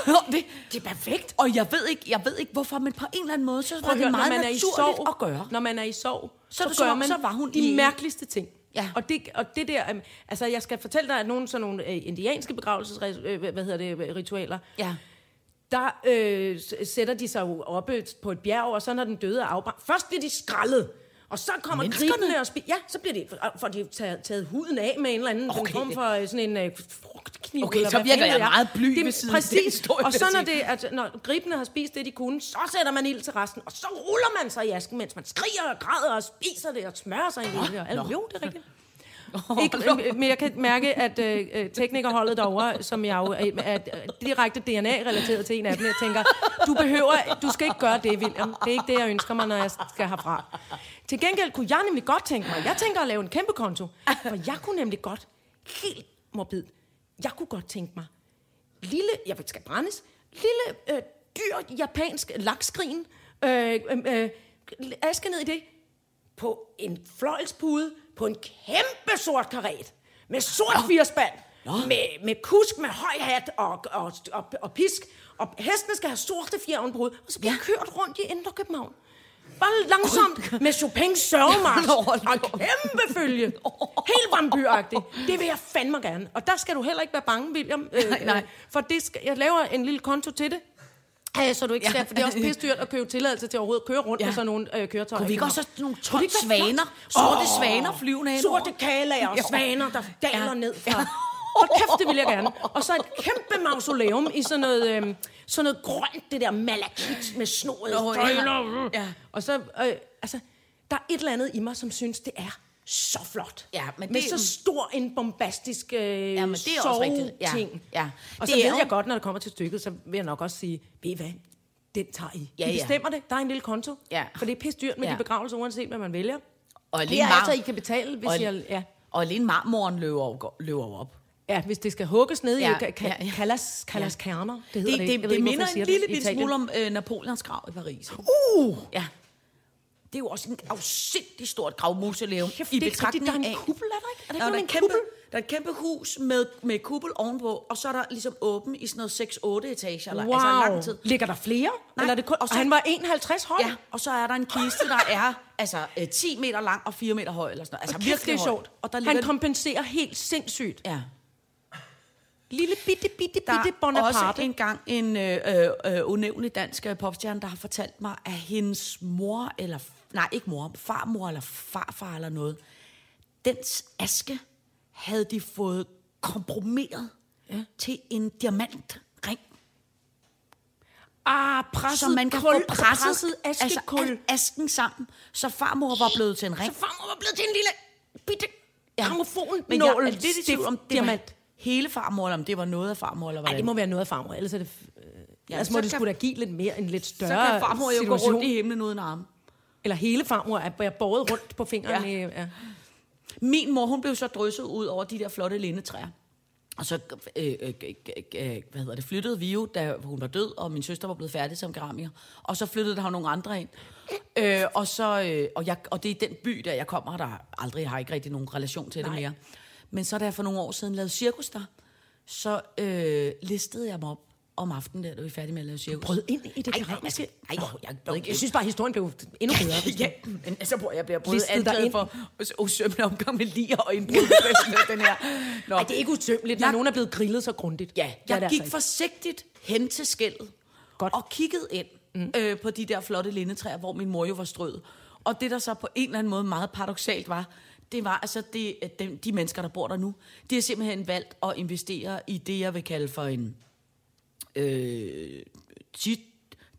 [SPEAKER 4] og det, det er perfekt. Og jeg ved ikke, jeg ved ikke hvorfor, men på en eller anden måde, så var
[SPEAKER 3] Prøv at
[SPEAKER 4] det
[SPEAKER 3] høre,
[SPEAKER 4] meget
[SPEAKER 3] når man er i
[SPEAKER 4] naturligt
[SPEAKER 3] sorg,
[SPEAKER 4] at gøre.
[SPEAKER 3] Når man er i sorg,
[SPEAKER 4] Så er
[SPEAKER 3] så,
[SPEAKER 4] det
[SPEAKER 3] så
[SPEAKER 4] som
[SPEAKER 3] gør
[SPEAKER 4] om,
[SPEAKER 3] man
[SPEAKER 4] så var hun
[SPEAKER 3] de
[SPEAKER 4] i-
[SPEAKER 3] mærkeligste ting.
[SPEAKER 4] Ja.
[SPEAKER 3] Og, det, og det der, øhm, altså jeg skal fortælle dig, at nogle sådan nogle øh, indianske begravelsesritualer, øh, hvad- hvad hedder det, øh, ritualer,
[SPEAKER 4] Ja.
[SPEAKER 3] der øh, s- sætter de sig jo oppe på et bjerg, og så når den døde er afbrændt, først bliver de skrællet, og så kommer
[SPEAKER 4] Menneskerne?
[SPEAKER 3] gribene og spi- Ja, så bliver de, for de taget, taget huden af med en eller anden
[SPEAKER 4] Okay.
[SPEAKER 3] okay. form for øh, sådan en øh, frugtkniv.
[SPEAKER 4] Okay,
[SPEAKER 3] eller
[SPEAKER 4] så
[SPEAKER 3] hvad
[SPEAKER 4] virker
[SPEAKER 3] fanden
[SPEAKER 4] jeg
[SPEAKER 3] ved
[SPEAKER 4] meget blyg
[SPEAKER 3] Det er
[SPEAKER 4] ved siden af den
[SPEAKER 3] Præcis,
[SPEAKER 4] historie,
[SPEAKER 3] og så
[SPEAKER 4] vil jeg
[SPEAKER 3] når, det, at, når gribene har spist det, de kunne, så sætter man ild til resten, og så ruller man sig i asken, mens man skriger og græder og spiser det og smører sig i det. Og alt. Jo, det er rigtigt. Ikke, men jeg kan mærke, at øh, øh, teknikerholdet derovre, som jeg jo er, er direkte DNA-relateret til en af dem, jeg tænker, du behøver, du skal ikke gøre det, William. Det er ikke det, jeg ønsker mig, når jeg skal herfra. Til gengæld kunne jeg nemlig godt tænke mig, jeg tænker at lave en kæmpe konto, for jeg kunne nemlig godt, helt morbid, jeg kunne godt tænke mig, lille, jeg ved, skal brændes, lille øh, dyr japansk lakskrin, øh, øh, øh, aske ned i det, på en fløjlspude på en kæmpe sort karet med sort firspand. Med, med kusk, med høj hat og, og, og, og pisk. Og hestene skal have sorte fjern på hovedet, og så bliver ja. kørt rundt i Indre København. Bare langsomt med Chopin's sørgemarsch
[SPEAKER 4] Nå,
[SPEAKER 3] og en kæmpe følge. Helt vampyragtigt. Det vil jeg fandme gerne. Og der skal du heller ikke være bange, William. Øh,
[SPEAKER 4] Nej, nej.
[SPEAKER 3] øh, For det skal, jeg laver en lille konto til det. Øh, så du ikke
[SPEAKER 4] Ja.
[SPEAKER 3] skal, for det er også pisse dyrt at købe tilladelse til overhovedet at køre rundt
[SPEAKER 4] Ja.
[SPEAKER 3] ja. med sådan nogle øh, køretøjer.
[SPEAKER 4] Kunne
[SPEAKER 3] i
[SPEAKER 4] vi ikke
[SPEAKER 3] København?
[SPEAKER 4] også have nogle
[SPEAKER 3] Kunne det
[SPEAKER 4] ton
[SPEAKER 3] ikke være
[SPEAKER 4] svaner?
[SPEAKER 3] flot?
[SPEAKER 4] Sorte svaner flyvende hen
[SPEAKER 3] Sorte kalager og
[SPEAKER 4] *laughs* Jo.
[SPEAKER 3] svaner, der daler
[SPEAKER 4] Ja.
[SPEAKER 3] ned fra. Hold kæft, det vil jeg gerne. Og så et kæmpe mausoleum i sådan noget, øhm, sådan noget grønt, det der malakit med snoede
[SPEAKER 4] Nå, ja.
[SPEAKER 3] søjler.
[SPEAKER 4] Ja.
[SPEAKER 3] Og så, øh, altså, der er et eller andet i mig, som synes, det er så flot.
[SPEAKER 4] Ja, men
[SPEAKER 3] Med
[SPEAKER 4] det-
[SPEAKER 3] så stor en bombastisk øh, ja,
[SPEAKER 4] men det er også rigtigt. Ja,
[SPEAKER 3] ting.
[SPEAKER 4] ja.
[SPEAKER 3] Og
[SPEAKER 4] Det
[SPEAKER 3] så
[SPEAKER 4] er
[SPEAKER 3] ved
[SPEAKER 4] jo-
[SPEAKER 3] jeg godt, når det kommer til stykket, så vil jeg nok også sige, ved I hvad, den tager I.
[SPEAKER 4] Ja,
[SPEAKER 3] I
[SPEAKER 4] ja.
[SPEAKER 3] bestemmer det. Der er en lille konto.
[SPEAKER 4] Ja.
[SPEAKER 3] For det er pisse dyrt med
[SPEAKER 4] Ja.
[SPEAKER 3] de begravelser, uanset hvad man vælger.
[SPEAKER 4] Og
[SPEAKER 3] Det er
[SPEAKER 4] alene,
[SPEAKER 3] altså, I
[SPEAKER 4] mar-
[SPEAKER 3] kan betale, hvis,
[SPEAKER 4] Og-
[SPEAKER 3] jeg, ja.
[SPEAKER 4] og alene marmoren løber, over- løber op.
[SPEAKER 3] Ja, hvis det skal hugges ned
[SPEAKER 4] Ja,
[SPEAKER 3] i ka- ka-
[SPEAKER 4] ja, ja.
[SPEAKER 3] Kallas, kallas ja. kerner. Det hedder det,
[SPEAKER 4] Det, det,
[SPEAKER 3] ikke. Jeg ved
[SPEAKER 4] det, det
[SPEAKER 3] ikke, hvorfor
[SPEAKER 4] minder
[SPEAKER 3] jeg siger
[SPEAKER 4] en lille
[SPEAKER 3] i
[SPEAKER 4] bitte
[SPEAKER 3] Italien.
[SPEAKER 4] smule om øh, Napoleons grav i Paris.
[SPEAKER 3] Uh!
[SPEAKER 4] Ja. Det er jo også en afsindig stort gravmausoleum.
[SPEAKER 3] Kæft,
[SPEAKER 4] I
[SPEAKER 3] det er ikke rigtigt.
[SPEAKER 4] betragtning
[SPEAKER 3] Der er en
[SPEAKER 4] af-
[SPEAKER 3] kuppel, er der ikke? Er der ikke
[SPEAKER 4] Ja,
[SPEAKER 3] noget
[SPEAKER 4] der,
[SPEAKER 3] med en
[SPEAKER 4] er kæmpe,
[SPEAKER 3] kuppel?
[SPEAKER 4] der er et kæmpe hus med, med kuppel ovenpå, og så er der ligesom åben i sådan noget 6-8 etager. Eller,
[SPEAKER 3] Wow.
[SPEAKER 4] Altså lang tid.
[SPEAKER 3] Ligger der flere?
[SPEAKER 4] Nej,
[SPEAKER 3] Eller er det kun,
[SPEAKER 4] og
[SPEAKER 3] og
[SPEAKER 4] så-
[SPEAKER 3] han var 51 høj?
[SPEAKER 4] Ja, og så er der en kiste, der er altså, øh, 10 meter lang og 4 meter høj. Eller sådan noget. Altså
[SPEAKER 3] Kæft,
[SPEAKER 4] virkelig
[SPEAKER 3] det er
[SPEAKER 4] høj.
[SPEAKER 3] sjovt.
[SPEAKER 4] Og der ligger,
[SPEAKER 3] han kompenserer helt sindssygt.
[SPEAKER 4] ja,
[SPEAKER 3] Lille bitte, bitte,
[SPEAKER 4] der
[SPEAKER 3] bitte
[SPEAKER 4] er også
[SPEAKER 3] Bonaparte.
[SPEAKER 4] engang en øh, øh, øh, unævnlig dansk øh, popstjerne, der har fortalt mig, at hendes mor, eller f- nej ikke mor, farmor eller farfar eller noget, dens aske havde de fået kompromeret ja. til en diamantring.
[SPEAKER 3] Ah, presset
[SPEAKER 4] så man kan
[SPEAKER 3] kul,
[SPEAKER 4] få presset,
[SPEAKER 3] presset askekul.
[SPEAKER 4] Altså, al- asken sammen, så farmor var blevet til en ring.
[SPEAKER 3] Så farmor var blevet til en lille bitte
[SPEAKER 4] Ja.
[SPEAKER 3] gramofon
[SPEAKER 4] Men jeg er lidt i tvivl om, det var
[SPEAKER 3] diamant.
[SPEAKER 4] hele farmor, eller om det var noget af farmor, eller
[SPEAKER 3] Ej,
[SPEAKER 4] hvordan.
[SPEAKER 3] det må være noget af farmor, ellers er det... Øh, ja, ellers må
[SPEAKER 4] så
[SPEAKER 3] det
[SPEAKER 4] kan-
[SPEAKER 3] skulle da give lidt mere, en lidt
[SPEAKER 4] så
[SPEAKER 3] større
[SPEAKER 4] kan farmor jo gå
[SPEAKER 3] situation.
[SPEAKER 4] rundt i himlen uden arme.
[SPEAKER 3] Eller hele farmor er er båret rundt på fingrene.
[SPEAKER 4] Ja.
[SPEAKER 3] ja. Ja.
[SPEAKER 4] Min mor, hun blev så drysset ud over de der flotte lindetræer. Og så øh, øh, øh, øh, hvad hedder det, flyttede vi jo, da hun var død, og min søster var blevet færdig som keramiker. Og så flyttede der jo nogle andre ind. Øh, og, så, øh, og, jeg, og det er den by, der jeg kommer, der aldrig har ikke rigtig nogen relation til Nej. det mere. Men så da jeg for nogle år siden lavede cirkus der, så øh, listede jeg mig op om aftenen, der, da vi var færdige med at lave cirkus.
[SPEAKER 3] Brød ind i det
[SPEAKER 4] Ej,
[SPEAKER 3] keramiske.
[SPEAKER 4] Nej, altså, ej, jeg, jeg, jeg,
[SPEAKER 3] Jeg synes bare, at historien blev endnu bedre. hvis
[SPEAKER 4] ja,
[SPEAKER 3] man-
[SPEAKER 4] men altså, hvor jeg bliver både
[SPEAKER 3] Listet
[SPEAKER 4] anklaget
[SPEAKER 3] derind.
[SPEAKER 4] for os- usømmelig omgang med lige og indbrud med den her. Nå.
[SPEAKER 3] Ej, det er ikke utømmeligt, når
[SPEAKER 4] Jeg-
[SPEAKER 3] nogen er blevet grillet så grundigt.
[SPEAKER 4] Ja,
[SPEAKER 3] Det er
[SPEAKER 4] jeg
[SPEAKER 3] det
[SPEAKER 4] gik
[SPEAKER 3] altså ikke.
[SPEAKER 4] forsigtigt hen til skældet
[SPEAKER 3] Godt.
[SPEAKER 4] og kiggede ind mm. øh, på de der flotte lindetræer, hvor min mor jo var strøet. Og det, der så på en eller anden måde meget paradoxalt var, det var altså, det, at dem, de mennesker, der bor der nu, de har simpelthen valgt at investere i det, jeg vil kalde for en øh, ti,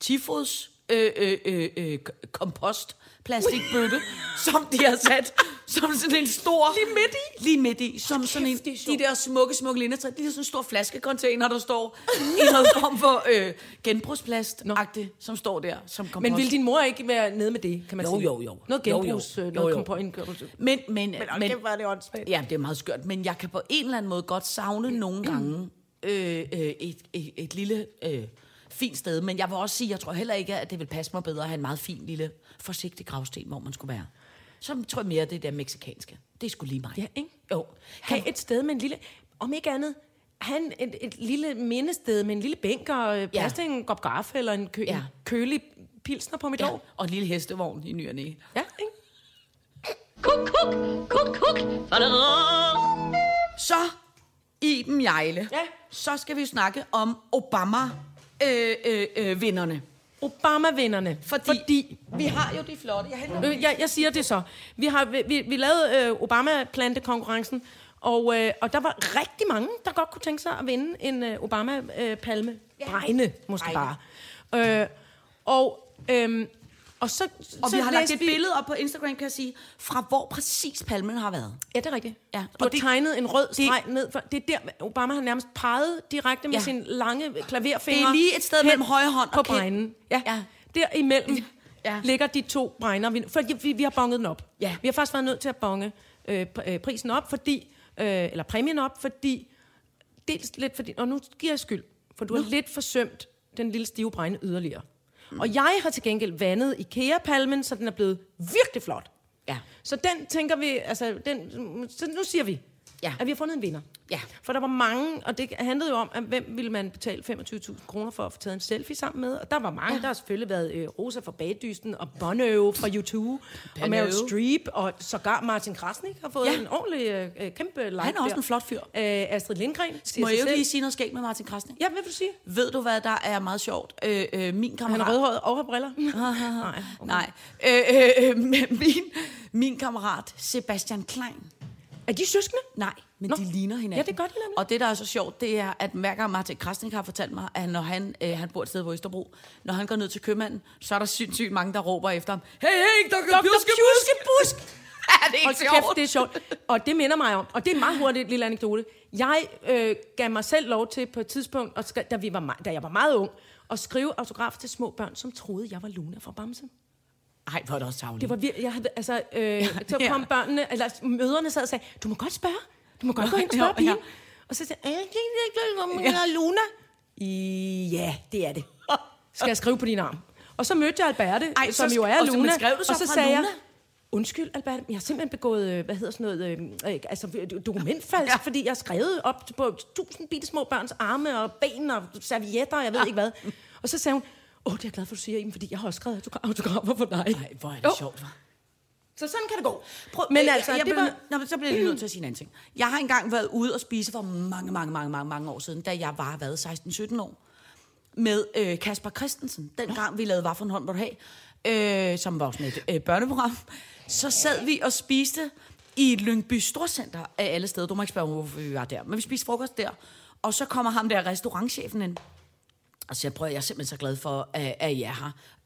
[SPEAKER 4] tifos øh, øh, øh, øh, k- kompost plastikbøtte, *laughs* som de har sat som sådan en stor... Lige midt i? Lige midt i. Som sådan en, de der smukke, smukke lindetræ, de er sådan en stor flaskecontainer, der står i noget form for øh, genbrugsplast som står der som kompost.
[SPEAKER 3] Men ville din mor ikke være nede med det, kan man
[SPEAKER 4] Jo,
[SPEAKER 3] sige?
[SPEAKER 4] jo, jo.
[SPEAKER 3] Noget
[SPEAKER 4] Jo, jo.
[SPEAKER 3] genbrugs, øh,
[SPEAKER 4] Jo,
[SPEAKER 3] noget
[SPEAKER 4] jo.
[SPEAKER 3] kompoindgørelse.
[SPEAKER 4] Men, men, men,
[SPEAKER 3] var det åndssvagt.
[SPEAKER 4] Ja, det er meget skørt, men jeg kan på en eller anden måde godt savne nogle gange øh, øh, et, et, et lille øh, fint sted. Men jeg vil også sige, jeg tror heller ikke, at det vil passe mig bedre at have en meget fin lille forsigtig gravsten, hvor man skulle være. Så tror jeg mere, det der meksikanske. Det skulle lige mig.
[SPEAKER 3] Ja, ikke?
[SPEAKER 4] Jo.
[SPEAKER 3] Have et sted med en lille... Om ikke andet, han et, et lille mindested med en lille bænk og øh, plads til en kop kaffe eller en, kø,
[SPEAKER 4] Ja.
[SPEAKER 3] en kølig pilsner på mit
[SPEAKER 4] Ja,
[SPEAKER 3] år.
[SPEAKER 4] og en lille hestevogn i ny og næ.
[SPEAKER 3] Ja, ikke?
[SPEAKER 2] Kuk, kuk, kuk, kuk.
[SPEAKER 4] Så, Iben Jejle,
[SPEAKER 3] Ja.
[SPEAKER 4] så skal vi snakke om Obama-vinderne. Øh, øh, vinderne.
[SPEAKER 3] Obama-vinderne.
[SPEAKER 4] fordi, vi har jo de flotte. Jeg henter
[SPEAKER 3] Øh, Jeg, jeg siger det så. Vi, har, vi- vi, vi lavede øh, Obama-plantekonkurrencen, og, øh, og der var rigtig mange, der godt kunne tænke sig at vinde en øh, Obama-palme. Øh, Bregne, måske
[SPEAKER 4] Bregne.
[SPEAKER 3] bare. Øh, og, øh, og så,
[SPEAKER 4] Og
[SPEAKER 3] så
[SPEAKER 4] vi har lagt
[SPEAKER 3] læste
[SPEAKER 4] et billede op på Instagram, kan jeg sige, fra hvor præcis palmen har været.
[SPEAKER 3] Ja, det er rigtigt.
[SPEAKER 4] Ja,
[SPEAKER 3] Du
[SPEAKER 4] og
[SPEAKER 3] har
[SPEAKER 4] det-
[SPEAKER 3] det, tegnet en rød streg det, ned. For, det er der, Obama har nærmest peget direkte med
[SPEAKER 4] Ja.
[SPEAKER 3] ja. sin lange klaverfinger.
[SPEAKER 4] Det er lige et sted
[SPEAKER 3] hen
[SPEAKER 4] mellem højre hånd og
[SPEAKER 3] På
[SPEAKER 4] kind.
[SPEAKER 3] bregnen. Ja.
[SPEAKER 4] Ja.
[SPEAKER 3] ja. Derimellem
[SPEAKER 4] Ja.
[SPEAKER 3] ja. ligger de to bregner. Vi, for vi, vi har bonget den op.
[SPEAKER 4] Ja.
[SPEAKER 3] Vi har faktisk været nødt til at bonge øh, pr- øh, prisen op, fordi, øh, eller præmien op, fordi, dels lidt fordi, og nu giver jeg skyld, for du har lidt forsømt den lille stive bregne yderligere. Og jeg har til gengæld vandet IKEA-palmen, så den er blevet virkelig flot.
[SPEAKER 4] Ja.
[SPEAKER 3] Så den tænker vi, altså den, så nu siger vi,
[SPEAKER 4] Ja.
[SPEAKER 3] at vi har fundet en vinder.
[SPEAKER 4] Ja.
[SPEAKER 3] For der var mange, og det handlede jo om, at hvem ville man betale 25.000 kroner for at få taget en selfie sammen med. Og der var mange, ja. der har selvfølgelig været øh, Rosa fra Bagdysten, og Bono fra U2, og Meryl Streep, og sågar Martin Krasnik har fået
[SPEAKER 4] Ja.
[SPEAKER 3] ja. en ordentlig øh, øh, kæmpe like
[SPEAKER 4] Han er også
[SPEAKER 3] der.
[SPEAKER 4] en flot fyr.
[SPEAKER 3] Øh, Astrid Lindgren. siger
[SPEAKER 4] Må
[SPEAKER 3] sig
[SPEAKER 4] jeg jo
[SPEAKER 3] selv.
[SPEAKER 4] lige sige noget skægt med Martin Krasnik?
[SPEAKER 3] Ja, hvad vil du sige?
[SPEAKER 4] Ved du, hvad der er meget sjovt? Øh, øh, min
[SPEAKER 3] Han
[SPEAKER 4] kammerat...
[SPEAKER 3] er rødhåret og har briller. Nej.
[SPEAKER 4] *laughs* Nej. Øh, øh, *laughs* øh, men min, min kammerat Sebastian Klein.
[SPEAKER 3] Er de søskende?
[SPEAKER 4] Nej, men
[SPEAKER 3] Nå.
[SPEAKER 4] de ligner hinanden.
[SPEAKER 3] Ja, det gør de nemlig.
[SPEAKER 4] Og det, der er så sjovt, det er, at hver gang Martin Krasnik har fortalt mig, at når han, øh, han bor et sted på Østerbro, når han går ned til købmanden, så *laughs* er der sindssygt mange, der råber efter ham. Hey, hey, Dr. Pjuske, Pjuske, Pjuske! Ja, det helt
[SPEAKER 3] Hold
[SPEAKER 4] sjovt.
[SPEAKER 3] kæft, det er sjovt. Og det minder mig om, og det er en meget hurtigt lille anekdote. Jeg øh, gav mig selv lov til på et tidspunkt, og da, vi var, me- da jeg var meget ung, at skrive autograf til små børn, som troede, jeg var Luna fra Bamse.
[SPEAKER 4] Ej, hvor er det også savligt.
[SPEAKER 3] Det var virkelig, jeg havde, altså, øh, så
[SPEAKER 4] ja.
[SPEAKER 3] kom børnene, eller møderne sad og sagde, du må godt spørge, du må godt gå hen og
[SPEAKER 4] Jo,
[SPEAKER 3] spørge
[SPEAKER 4] ja.
[SPEAKER 3] pigen. Og så sagde jeg, "Øh, det er ikke det, om jeg er Luna. "I- Ja, det er det. Skal jeg skrive på din arm? Og så mødte jeg Alberte,
[SPEAKER 4] Ej,
[SPEAKER 3] Ej,
[SPEAKER 4] så
[SPEAKER 3] som
[SPEAKER 4] sk-
[SPEAKER 3] jo er
[SPEAKER 4] og så- men
[SPEAKER 3] Luna,
[SPEAKER 4] skrev du så
[SPEAKER 3] og så
[SPEAKER 4] fra
[SPEAKER 3] sagde jeg,
[SPEAKER 4] Luna?
[SPEAKER 3] undskyld Alberte, men jeg har simpelthen begået, øh, hvad hedder sådan noget, øh, øh, altså øh, dokumentfalsk, ja. fordi jeg har skrevet op på tusind bitte små børns arme og ben og servietter, og jeg ved ikke hvad. Og så sagde hun, åh, det er jeg glad for, at du siger, Iben, fordi jeg har også skrevet autogra- autografer for dig.
[SPEAKER 4] Ej, hvor er
[SPEAKER 3] Jo.
[SPEAKER 4] det sjovt, hva'?
[SPEAKER 3] Så sådan kan det gå. Prøv, men altså,
[SPEAKER 4] Øh, jeg
[SPEAKER 3] det
[SPEAKER 4] blev,
[SPEAKER 3] var...
[SPEAKER 4] nå, men så bliver jeg lige nødt til at sige en anden ting. Jeg har engang været ude og spise for mange, mange, mange, mange, mange år siden, da jeg var været 16-17 år, med øh, Kasper Christensen, dengang vi lavede Hvad for en hånd, hvor du have, øh, som var sådan et øh, børneprogram. Så sad vi og spiste i Lyngby Storcenter af alle steder. Du må ikke spørge mig, hvorfor vi var der. Men vi spiste frokost der. Og så kommer ham der restaurantchefen ind. Og så prøver Altså, jeg er simpelthen så glad for, at, at I er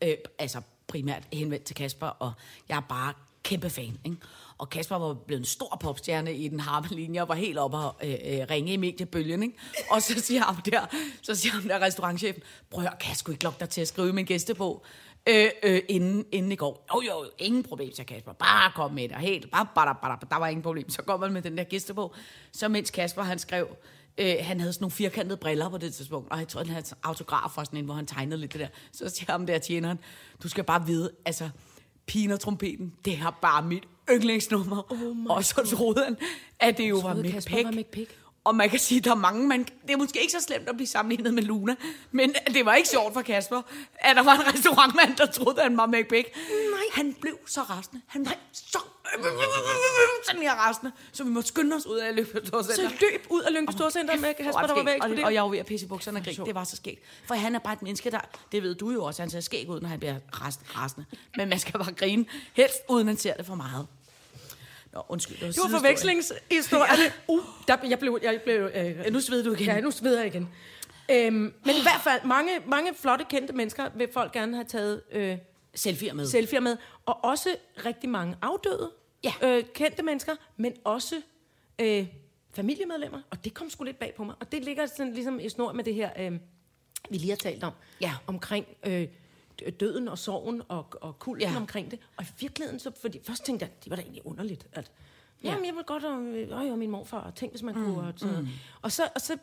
[SPEAKER 4] her. Øh, altså primært henvendt til Kasper, og jeg er bare kæmpe fan. Ikke? Og Kasper var blevet en stor popstjerne i den harme linje, og var helt oppe og øh, øh, ringe i mediebølgen. Ikke? Og så siger ham der, så siger ham der restaurantchefen, prøv at høre, kan jeg sgu ikke lokke dig til at skrive i min gæstebog øh, øh, inden, inden i går? Jo, jo, ingen problem, siger Kasper. Bare kom med det, og helt. Bare, bare, bare, der var ingen problem. Så kom han med den der gæstebog. Så mens Kasper, han skrev, Øh, han havde sådan nogle firkantede briller på det tidspunkt, og jeg tror, han havde en autograf fra sådan en, hvor han tegnede lidt det der. Så siger ham der tjeneren, du skal bare vide, altså, pigen og trompeten, det er bare mit yndlingsnummer. Oh og så troede han, at det jo var
[SPEAKER 3] troede,
[SPEAKER 4] Mick
[SPEAKER 3] Kasper var Mick
[SPEAKER 4] Peck.
[SPEAKER 3] Peck.
[SPEAKER 4] Og man kan sige, der er mange, man, det er måske ikke så slemt at blive sammenlignet med Luna, men det var ikke sjovt for Kasper, at der var en restaurantmand, der troede, at han var Mick Peck. Nej. Han blev så rasende. Han var så *laughs* sådan her rasende, så vi måtte skynde os ud af løbet.
[SPEAKER 3] Så løb ud af Lyngby Storcenter med
[SPEAKER 4] Hvor
[SPEAKER 3] Kasper,
[SPEAKER 4] er
[SPEAKER 3] der
[SPEAKER 4] det
[SPEAKER 3] var
[SPEAKER 4] skægt.
[SPEAKER 3] væk.
[SPEAKER 4] og, det, og jeg var ved at pisse i bukserne og grine. Det var så skægt. For han er bare et menneske, der... Det ved du jo også, han ser skæg ud, når han bliver rast, rasende. Men man skal bare grine, helst uden han ser det for meget. Nå, undskyld. Det var,
[SPEAKER 3] Det var
[SPEAKER 4] sidehistorie.
[SPEAKER 3] forvekslingshistorien. *laughs* Uh, der, jeg blev... Jeg blev øh,
[SPEAKER 4] Ja, nu sveder du igen.
[SPEAKER 3] ja, nu ved jeg igen. Øhm, men i hvert fald, mange, mange flotte kendte mennesker vil folk gerne have taget øh,
[SPEAKER 4] Selfie med.
[SPEAKER 3] selfie'er med. Og også rigtig mange afdøde
[SPEAKER 4] Ja.
[SPEAKER 3] øh, kendte mennesker, men også øh, familiemedlemmer. Og det kom sgu lidt bag på mig. Og det ligger sådan, ligesom i snor med det her, øh, vi lige har talt om.
[SPEAKER 4] Ja.
[SPEAKER 3] Omkring øh, d- døden og sorgen og, og kulden
[SPEAKER 4] Ja.
[SPEAKER 3] ja. omkring det. Og i virkeligheden, så, fordi først tænkte jeg, det var da egentlig underligt, at ja. jamen, jeg vil godt, og, øh, og min morfar, og tænk, hvis man mm, kunne, og sådan mm. og, så, og, så,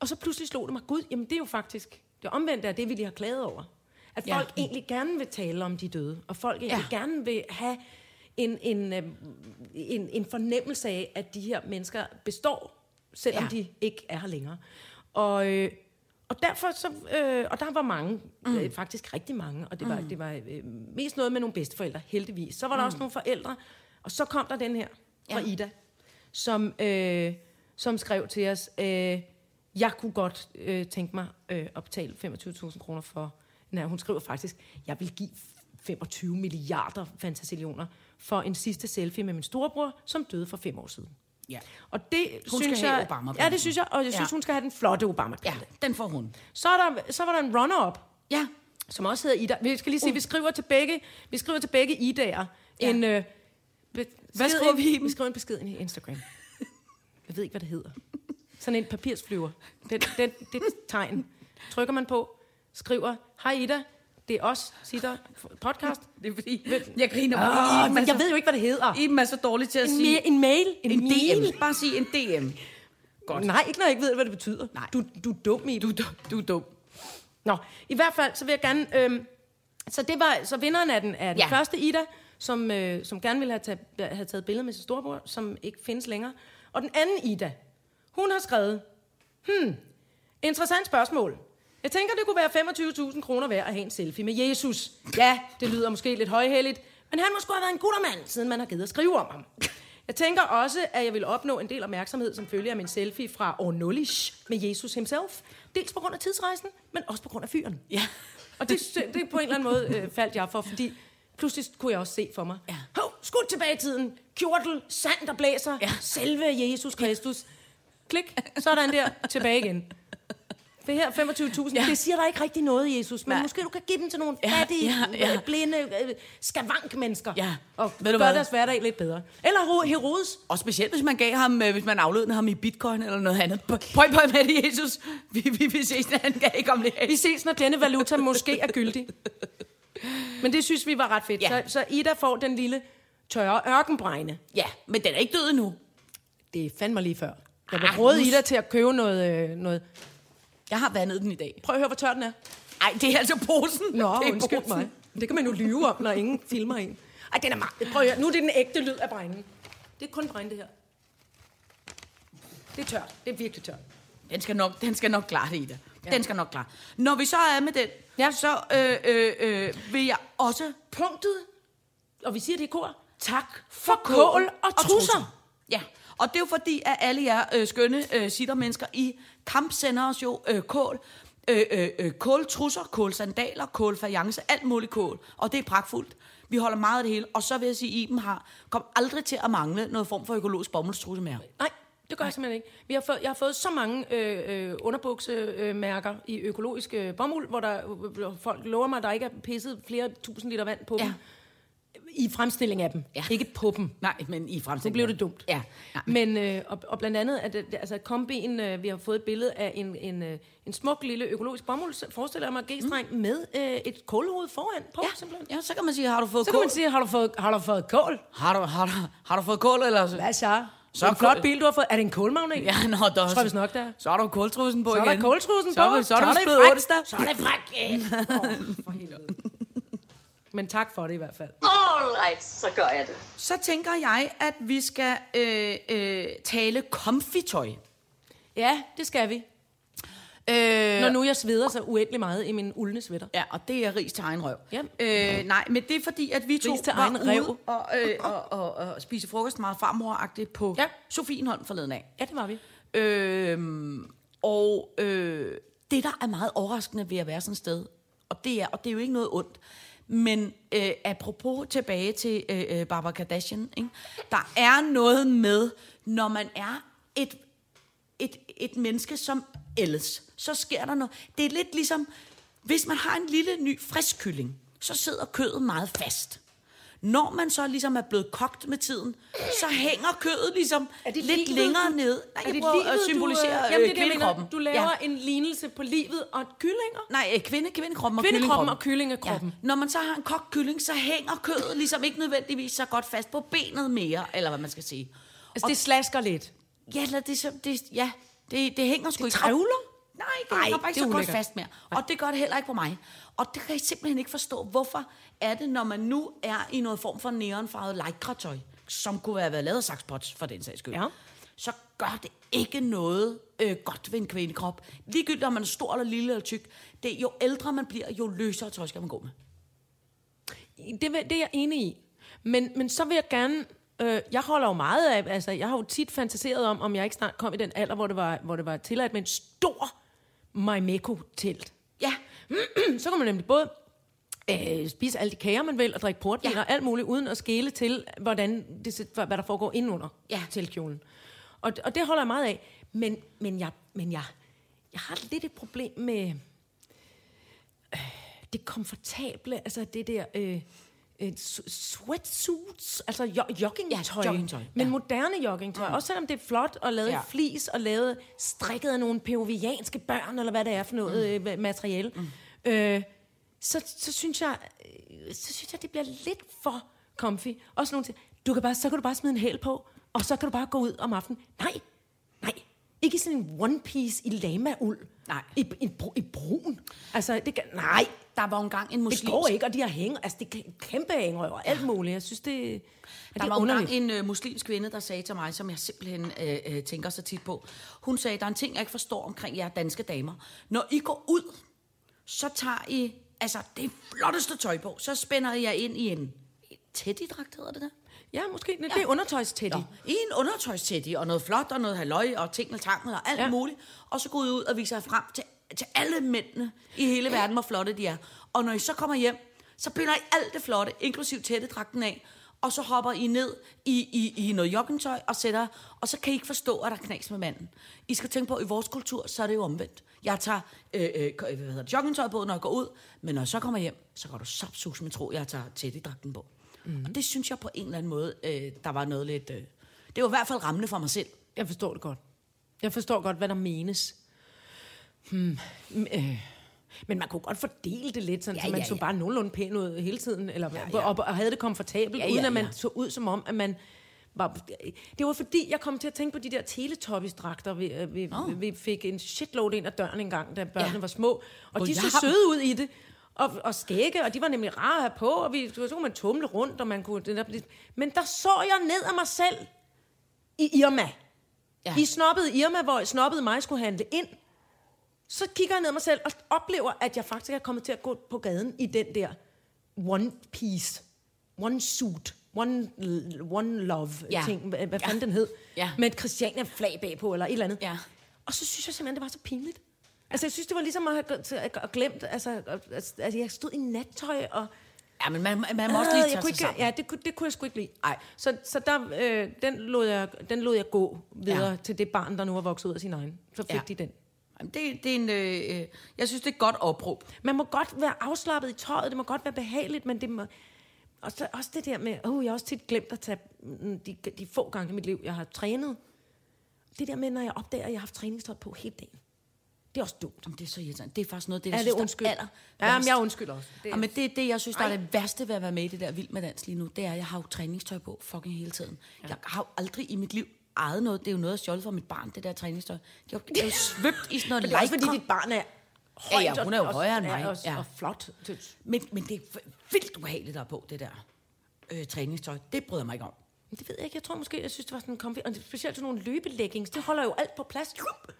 [SPEAKER 3] og så pludselig slog det mig, gud, jamen det er jo faktisk, det omvendte af det, vi lige har klaget over. At
[SPEAKER 4] Ja.
[SPEAKER 3] folk egentlig gerne vil tale om de døde, og folk egentlig
[SPEAKER 4] Ja.
[SPEAKER 3] ja. gerne vil have en, en, øhm, en, en fornemmelse af, at de her mennesker består, selvom
[SPEAKER 4] Ja.
[SPEAKER 3] ja. de ikke er her længere. Og, øh, og derfor så, øh, og der var mange, mm. øh, faktisk rigtig mange, og det var, mm. det var øh, mest noget med nogle bedsteforældre, heldigvis. Så var der mm. også nogle forældre, og så kom der den her fra
[SPEAKER 4] Ja.
[SPEAKER 3] ja. Ida, som, øh, som skrev til os, øh, jeg kunne godt øh, tænke mig øh, at betale 25.000 kroner for, nej, hun skriver faktisk, jeg vil give 25 milliarder fantasillioner for en sidste selfie med min storebror, som døde for fem år siden.
[SPEAKER 4] Ja.
[SPEAKER 3] Og det
[SPEAKER 4] Hun
[SPEAKER 3] synes
[SPEAKER 4] skal have
[SPEAKER 3] jeg,
[SPEAKER 4] Obama-prisen.
[SPEAKER 3] Ja, det synes jeg, og jeg synes,
[SPEAKER 4] Ja.
[SPEAKER 3] hun skal have den flotte obama
[SPEAKER 4] ja, den får hun.
[SPEAKER 3] så, er der, så var der en runner-up,
[SPEAKER 4] Ja.
[SPEAKER 3] som også hedder Ida. Vi skal lige sige, uh. vi skriver til begge, vi skriver til begge Ida'er.
[SPEAKER 4] Ja.
[SPEAKER 3] Ja. En, øh, be, besked-
[SPEAKER 4] skriver vi i dem?
[SPEAKER 3] Vi skriver en besked ind i Instagram. Jeg ved ikke, hvad det hedder. Sådan en papirsflyver. Den, den, det tegn. Trykker man på, skriver, hej Ida, det er os, Sitter podcast.
[SPEAKER 4] Det er fordi, jeg griner på
[SPEAKER 3] Åh, men jeg ved jo ikke, hvad det hedder.
[SPEAKER 4] Iben er så dårlig til at
[SPEAKER 3] En,
[SPEAKER 4] sige...
[SPEAKER 3] ma- en mail? En,
[SPEAKER 4] En
[SPEAKER 3] mail?
[SPEAKER 4] DM. Bare sige en DM.
[SPEAKER 3] Godt. Nej, ikke når jeg ikke ved, hvad det betyder.
[SPEAKER 4] Nej.
[SPEAKER 3] Du, du er dum, i
[SPEAKER 4] Du, du er dum.
[SPEAKER 3] Nå, i hvert fald, så vil jeg gerne... Øhm, så det var så vinderen af den, af den
[SPEAKER 4] Ja.
[SPEAKER 3] ja. første Ida, som, øh, som gerne ville have, tage, have taget billede med sin storebror, som ikke findes længere. Og den anden Ida, hun har skrevet, hmm, interessant spørgsmål. Jeg tænker, det kunne være 25.000 kroner værd at have en selfie med Jesus. Ja, det lyder måske lidt højhelligt, men han må sgu have været en guttermand, siden man har givet at skrive om ham. Jeg tænker også, at jeg vil opnå en del opmærksomhed som følge af min selfie fra år 0 med Jesus himself. Dels på grund af tidsrejsen, men også på grund af fyren.
[SPEAKER 4] Ja.
[SPEAKER 3] Og det, det på en eller anden måde øh, faldt jeg for, fordi pludselig kunne jeg også se for mig.
[SPEAKER 4] Ja.
[SPEAKER 3] Hov, skud tilbage i tiden. Kjortel, sand, der blæser.
[SPEAKER 4] Ja.
[SPEAKER 3] Ja. Selve Jesus Kristus. Klik, sådan der, tilbage igen. Det her 25.000, ja. det siger der ikke rigtig noget, Jesus. Men
[SPEAKER 4] Nej.
[SPEAKER 3] Nej. måske du kan give dem til nogle
[SPEAKER 4] Ja,
[SPEAKER 3] fattige,
[SPEAKER 4] ja, ja.
[SPEAKER 3] øh, blinde, øh, skavankmennesker.
[SPEAKER 4] Ja.
[SPEAKER 3] Og
[SPEAKER 4] Ved du
[SPEAKER 3] gøre
[SPEAKER 4] hvad?
[SPEAKER 3] deres hverdag lidt bedre. Eller Ho- Herodes.
[SPEAKER 4] Og specielt, hvis man gav ham, øh, hvis man aflønede ham i bitcoin eller noget andet. Pøj, pøj med det, Jesus. Vi, vi, vi ses, når han gav ikke om det.
[SPEAKER 3] Vi ses, når denne valuta måske er gyldig. Men det synes vi var ret fedt.
[SPEAKER 4] Ja.
[SPEAKER 3] Så, så Ida får den lille tørre ørkenbregne.
[SPEAKER 4] Ja, men den er ikke død endnu.
[SPEAKER 3] Det fandt mig lige før. Jeg var
[SPEAKER 4] Ah,
[SPEAKER 3] råd
[SPEAKER 4] nu-
[SPEAKER 3] Ida til at købe noget, øh, noget...
[SPEAKER 4] Jeg har vandet den i dag.
[SPEAKER 3] Prøv at høre, hvor tør den er.
[SPEAKER 4] Nej, det er altså posen.
[SPEAKER 3] Nå,
[SPEAKER 4] det er
[SPEAKER 3] undskyld
[SPEAKER 4] posen.
[SPEAKER 3] mig. Det kan man jo lyve om, når ingen filmer en. Ej, den er meget... Prøv at høre, nu er det den ægte lyd af brænden. Det er kun brænde, det her. Det er tørt. Det er virkelig tørt.
[SPEAKER 4] Den skal nok, den skal nok klare det, Ida. Ja. Den skal nok klare. Når vi så er med den, ja. så øh, øh, øh, vil jeg også...
[SPEAKER 3] Punktet, og vi siger det i kor,
[SPEAKER 4] Tak
[SPEAKER 3] for kål og trusser.
[SPEAKER 4] Ja, og det er jo fordi, at alle jer øh, skønne øh, sittermennesker i kamp sender os jo øh, kål. Øh, øh, øh, kåltrusser, kålsandaler, kålfajance, alt muligt kål. Og det er pragtfuldt. Vi holder meget af det hele. Og så vil jeg sige, at Iben har kom aldrig til at mangle noget form for økologisk bomuldstrusse mere.
[SPEAKER 3] Nej, det gør jeg simpelthen ikke. Vi har fået, jeg har fået så mange øh, øh, underbuksemærker øh, mærker i økologisk øh, bomuld, hvor der, øh, øh, folk lover mig, at der ikke er pisset flere tusind liter vand på
[SPEAKER 4] Ja.
[SPEAKER 3] ja. dem. I fremstilling af dem.
[SPEAKER 4] Ja.
[SPEAKER 3] Ja. Ikke på dem.
[SPEAKER 4] Nej, men i fremtiden.
[SPEAKER 3] Nu blev det dumt.
[SPEAKER 4] Ja. ja.
[SPEAKER 3] Men, øh, og, og blandt andet, at øh, altså, kombien, øh, vi har fået et billede af en, en, øh, en smuk lille økologisk bomuld, forestiller jeg mig, g-streng, mm. med øh, et kålhoved foran på, ja. simpelthen.
[SPEAKER 4] Ja, så kan man sige, har du fået
[SPEAKER 3] Så
[SPEAKER 4] kål?
[SPEAKER 3] kan man sige, har du fået, har du fået kål?
[SPEAKER 4] Har du, har, du, har du fået kål, eller?
[SPEAKER 3] Hvad så?
[SPEAKER 4] Så
[SPEAKER 3] Så en
[SPEAKER 4] kål-
[SPEAKER 3] flot bil, du har fået. Er det en kålmagnet?
[SPEAKER 4] Ja, nå, der
[SPEAKER 3] Tror jeg vist nok, det er.
[SPEAKER 4] Så har du kåltrussen på
[SPEAKER 3] Så er
[SPEAKER 4] igen.
[SPEAKER 3] der kåltrussen
[SPEAKER 4] så, er
[SPEAKER 3] på.
[SPEAKER 4] du- Så
[SPEAKER 3] Så
[SPEAKER 4] er
[SPEAKER 3] er
[SPEAKER 4] du
[SPEAKER 3] det
[SPEAKER 4] spillet
[SPEAKER 3] frækt.
[SPEAKER 4] onsdag.
[SPEAKER 3] Så er det fræk. Åh, for helvede. Men tak for det i hvert fald.
[SPEAKER 2] Alright, så gør jeg det.
[SPEAKER 4] Så tænker jeg, at vi skal øh, øh, tale komfitøj.
[SPEAKER 3] Ja, det skal vi.
[SPEAKER 4] Øh,
[SPEAKER 3] Når nu jeg sveder så uendelig meget i min uldne sweater.
[SPEAKER 4] ja, og det er ris til egen røv.
[SPEAKER 3] Ja.
[SPEAKER 4] Øh, nej, men det er fordi, at vi to
[SPEAKER 3] Ris til
[SPEAKER 4] var
[SPEAKER 3] egen rev.
[SPEAKER 4] ude og, øh, og, og, og spise frokost meget farmoragtigt på ja.
[SPEAKER 3] Ja.
[SPEAKER 4] Sofienholm forleden af.
[SPEAKER 3] Ja, det var vi.
[SPEAKER 4] Øhm, og øh, det, der er meget overraskende ved at være sådan et sted, og det er, og det er jo ikke noget ondt, men øh, apropos tilbage til øh, øh, Barbara Kardashian, ikke? der er noget med, når man er et, et, et menneske som ellers, så sker der noget. Det er lidt ligesom, hvis man har en lille ny frisk kylling, så sidder kødet meget fast. Når man så ligesom er blevet kogt med tiden, så hænger kødet ligesom
[SPEAKER 3] Er det
[SPEAKER 4] lidt
[SPEAKER 3] livet,
[SPEAKER 4] længere
[SPEAKER 3] du-
[SPEAKER 4] ned. Nej,
[SPEAKER 3] er
[SPEAKER 4] jeg
[SPEAKER 3] det
[SPEAKER 4] prøver
[SPEAKER 3] livet,
[SPEAKER 4] at symbolisere
[SPEAKER 3] du, øh,
[SPEAKER 4] øh,
[SPEAKER 3] jamen, det, er det, jeg
[SPEAKER 4] kvindekroppen.
[SPEAKER 3] mener, du laver ja. en lignelse på livet og kyllinger.
[SPEAKER 4] Nej, øh, kvinde, kvindekroppen og
[SPEAKER 3] Kvindekroppen og
[SPEAKER 4] Ja.
[SPEAKER 3] kyllingekroppen.
[SPEAKER 4] Når man så har en kogt kylling, så hænger kødet ligesom ikke nødvendigvis så godt fast på benet mere, eller hvad man skal sige.
[SPEAKER 3] Altså, det slasker lidt.
[SPEAKER 4] Ja, eller det, så, det, ja, det, det hænger sgu
[SPEAKER 3] Det
[SPEAKER 4] ikke.
[SPEAKER 3] trævler?
[SPEAKER 4] Nej, det
[SPEAKER 3] Ej,
[SPEAKER 4] hænger bare ikke
[SPEAKER 3] det er
[SPEAKER 4] så godt
[SPEAKER 3] ulækkert.
[SPEAKER 4] fast mere. Og det gør det heller ikke på mig. Og det kan jeg simpelthen ikke forstå. Hvorfor er det, når man nu er i noget form for neonfarvet lycra-tøj, som kunne have været lavet af saxpots for den sags skyld,
[SPEAKER 3] Ja.
[SPEAKER 4] så gør det ikke noget øh, godt ved en kvindekrop. Ligegyldigt om man er stor eller lille eller tyk. Det, jo ældre man bliver, jo løsere tøj skal man gå med.
[SPEAKER 3] Det, vil- det er jeg enig i. Men, men så vil jeg gerne... Øh, jeg holder jo meget af... Altså, jeg har jo tit fantaseret om, om jeg ikke snart kom i den alder, hvor det var, hvor det var tilladt med en stor Maimeko-telt.
[SPEAKER 4] Ja,
[SPEAKER 3] *clears throat* så kan man nemlig både øh, spise alle de kager, man vil, og drikke portvin
[SPEAKER 4] Ja.
[SPEAKER 3] ja. og alt muligt, uden at skele til, hvordan det, sit- hvad der foregår indenunder
[SPEAKER 4] Ja.
[SPEAKER 3] ja. teltkjolen. Og, og det holder jeg meget af. Men, men, jeg, men jeg, jeg har lidt et problem med øh, det komfortable, altså det der... Øh, øh, su- sweatsuits, altså jo- joggingtøj,
[SPEAKER 4] Ja, joggingtøj,
[SPEAKER 3] men
[SPEAKER 4] ja. Mm.
[SPEAKER 3] moderne joggingtøj. Også selvom det er flot og lavet
[SPEAKER 4] Ja.
[SPEAKER 3] ja. flis og lavet strikket af nogle peruvianske børn, eller hvad det er for noget mm. materiale. Mm. Øh, så, så, synes jeg, øh, så synes jeg, det bliver lidt for comfy. Også nogle ting. Du kan bare, så kan du bare smide en hæl på, og så kan du bare gå ud om aftenen. Nej, nej. Ikke i sådan en one piece i lama-uld.
[SPEAKER 4] Nej.
[SPEAKER 3] I, i, bru- i brun. Altså, det kan, nej.
[SPEAKER 4] der var jo engang en
[SPEAKER 3] Det
[SPEAKER 4] muslimsk...
[SPEAKER 3] går ikke, og de har hænge, altså det er kæmpe hængerøver, alt muligt. Jeg synes, det, at
[SPEAKER 4] Der
[SPEAKER 3] det
[SPEAKER 4] var
[SPEAKER 3] er
[SPEAKER 4] underligt.
[SPEAKER 3] underligt.
[SPEAKER 4] engang en øh, muslimsk kvinde, der sagde til mig, som jeg simpelthen øh, øh, tænker så tit på. Hun sagde, der er en ting, jeg ikke forstår omkring jer danske damer. Når I går ud, så tager I altså det flotteste tøj på. Så spænder I jer ind i en teddydragt, hedder det der?
[SPEAKER 3] Ja, måske. Det, det er undertøjstætte.
[SPEAKER 4] Nå, I en undertøjstætti og noget flot og noget halløj og ting og tangen og alt ja.
[SPEAKER 3] Ja.
[SPEAKER 4] muligt. Og så går I ud og viser jer frem til, til alle mændene i hele verden, hvor flotte de er. Og når I så kommer hjem, så piller I alt det flotte, inklusiv tættedragten af. og så hopper I ned i, i, i noget joggingtøj og sætter, og så kan I ikke forstå, at der er knas med manden. I skal tænke på, at i vores kultur, så er det jo omvendt. Jeg tager øh, øh, hvad hedder det, joggingtøj på, når jeg går ud, men når jeg så kommer hjem, så går du sapsus med tro, jeg tager tæt i dragten på.
[SPEAKER 3] Mm-hmm.
[SPEAKER 4] Mm. Og det synes jeg på en eller anden måde, øh, der var noget lidt... Øh, det var i hvert fald rammende for mig selv.
[SPEAKER 3] Jeg forstår det godt. Jeg forstår godt, hvad der menes. Hmm. Øh. Men man kunne godt fordele det lidt, sådan, ja, så man ja, så bare nogenlunde pæn ud hele tiden, eller ja, ja. Op, og havde det komfortabelt, ja, ja, uden at man ja. så ud som om, at man var... Det var fordi, jeg kom til at tænke på de der teletoppistragter, vi, øh, vi, oh. vi fik en shitload ind ad døren engang, da børnene
[SPEAKER 4] Ja.
[SPEAKER 3] ja. var små, og
[SPEAKER 4] På
[SPEAKER 3] de så
[SPEAKER 4] Jarup.
[SPEAKER 3] søde ud i det. Og, og skægge, og de var nemlig rare at have på, og vi, så kunne man tumle rundt, og man kunne... Det der, men der så jeg ned af mig selv i Irma.
[SPEAKER 4] Ja.
[SPEAKER 3] I snobbede Irma, hvor snobbede mig skulle handle ind. Så kigger jeg ned af mig selv og oplever, at jeg faktisk er kommet til at gå på gaden i den der one piece, one suit, one, l- one love
[SPEAKER 4] Ja.
[SPEAKER 3] ja. ting, hvad, hvad
[SPEAKER 4] Ja.
[SPEAKER 3] fanden den hed,
[SPEAKER 4] Ja.
[SPEAKER 3] med et Christiania flag bagpå eller et eller andet.
[SPEAKER 4] Ja.
[SPEAKER 3] Og så synes jeg simpelthen, det var så pinligt. Altså, jeg synes, det var ligesom at have gl- til at- at glemt, altså, at- altså, jeg stod i nattøj, og
[SPEAKER 4] Ja, men man, man må også
[SPEAKER 3] Øh,
[SPEAKER 4] lige tage
[SPEAKER 3] jeg kunne
[SPEAKER 4] sig
[SPEAKER 3] ikke,
[SPEAKER 4] sammen.
[SPEAKER 3] Ja, det kunne, det kunne jeg sgu ikke lide.
[SPEAKER 4] Ej.
[SPEAKER 3] Så, så der, øh, den, lod jeg, den lod jeg gå videre
[SPEAKER 4] Ja.
[SPEAKER 3] ja. til det barn, der nu har vokset ud af sin egen. Så fik
[SPEAKER 4] Ja.
[SPEAKER 3] ja. de den.
[SPEAKER 4] Jamen, Det, det er en, øh, øh, jeg synes, det er et godt opråb.
[SPEAKER 3] Man må godt være afslappet i tøjet, det må godt være behageligt, men det må... Og så også det der med, oh, jeg har også tit glemt at tage mm, de, de få gange i mit liv, jeg har trænet. Det der med, når jeg opdager, at jeg har haft træningstøj på hele dagen. Det er også dumt.
[SPEAKER 4] Jamen, det er så irriterende. Det er faktisk noget af det, jeg
[SPEAKER 3] Er det
[SPEAKER 4] synes,
[SPEAKER 3] undskyld?
[SPEAKER 4] der er aller
[SPEAKER 3] Ja, men
[SPEAKER 4] værst.
[SPEAKER 3] jeg undskylder også. Det er-
[SPEAKER 4] Jamen, det er det, jeg synes, der er det værste ved at være med i det der Vild med Dans lige nu. Det er, at jeg har jo træningstøj på fucking hele tiden. Ja. Jeg har jo aldrig i mit liv ejet noget. Det er jo noget, jeg stjålet fra mit barn, det der træningstøj. Det er jo, det
[SPEAKER 3] *laughs*
[SPEAKER 4] er jo svøbt i sådan noget
[SPEAKER 3] Det er også, fordi
[SPEAKER 4] lycra.
[SPEAKER 3] dit barn er
[SPEAKER 4] Ja,
[SPEAKER 3] højt.
[SPEAKER 4] ja, hun er jo
[SPEAKER 3] og-
[SPEAKER 4] højere end
[SPEAKER 3] og-
[SPEAKER 4] mig,
[SPEAKER 3] Og,
[SPEAKER 4] ja.
[SPEAKER 3] og flot. Det-
[SPEAKER 4] Men, men det er v- vildt ubehageligt, der er på, det der øh, træningstøj. Det bryder jeg mig ikke om.
[SPEAKER 3] Men Det ved jeg ikke. Jeg tror måske, jeg synes, det var sådan komfy. Og det- specielt sådan nogle løbeleggings. Det holder jo alt på plads. Jup!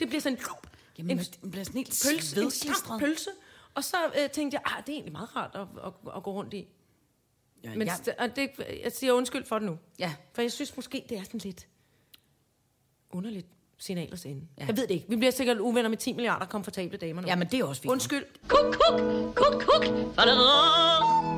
[SPEAKER 3] Det bliver sådan jup!
[SPEAKER 4] Jamen,
[SPEAKER 3] en
[SPEAKER 4] man- man bliver sådan helt
[SPEAKER 3] pølse, en
[SPEAKER 4] svedklistret.
[SPEAKER 3] slam pølse. Og så øh, tænkte jeg, ah, det er egentlig meget rart at, at, at gå rundt i.
[SPEAKER 4] Ja,
[SPEAKER 3] Men
[SPEAKER 4] jeg,
[SPEAKER 3] ja. og det, jeg siger undskyld for det nu.
[SPEAKER 4] Ja.
[SPEAKER 3] For jeg synes måske, det er sådan lidt underligt signal at sende.
[SPEAKER 4] Ja.
[SPEAKER 3] Ja. Jeg ved det ikke. Vi bliver sikkert uvenner med 10 milliarder komfortable damer nu.
[SPEAKER 4] jamen, det er også fint. nok.
[SPEAKER 3] Undskyld.
[SPEAKER 2] Kuk, kuk, kuk, kuk.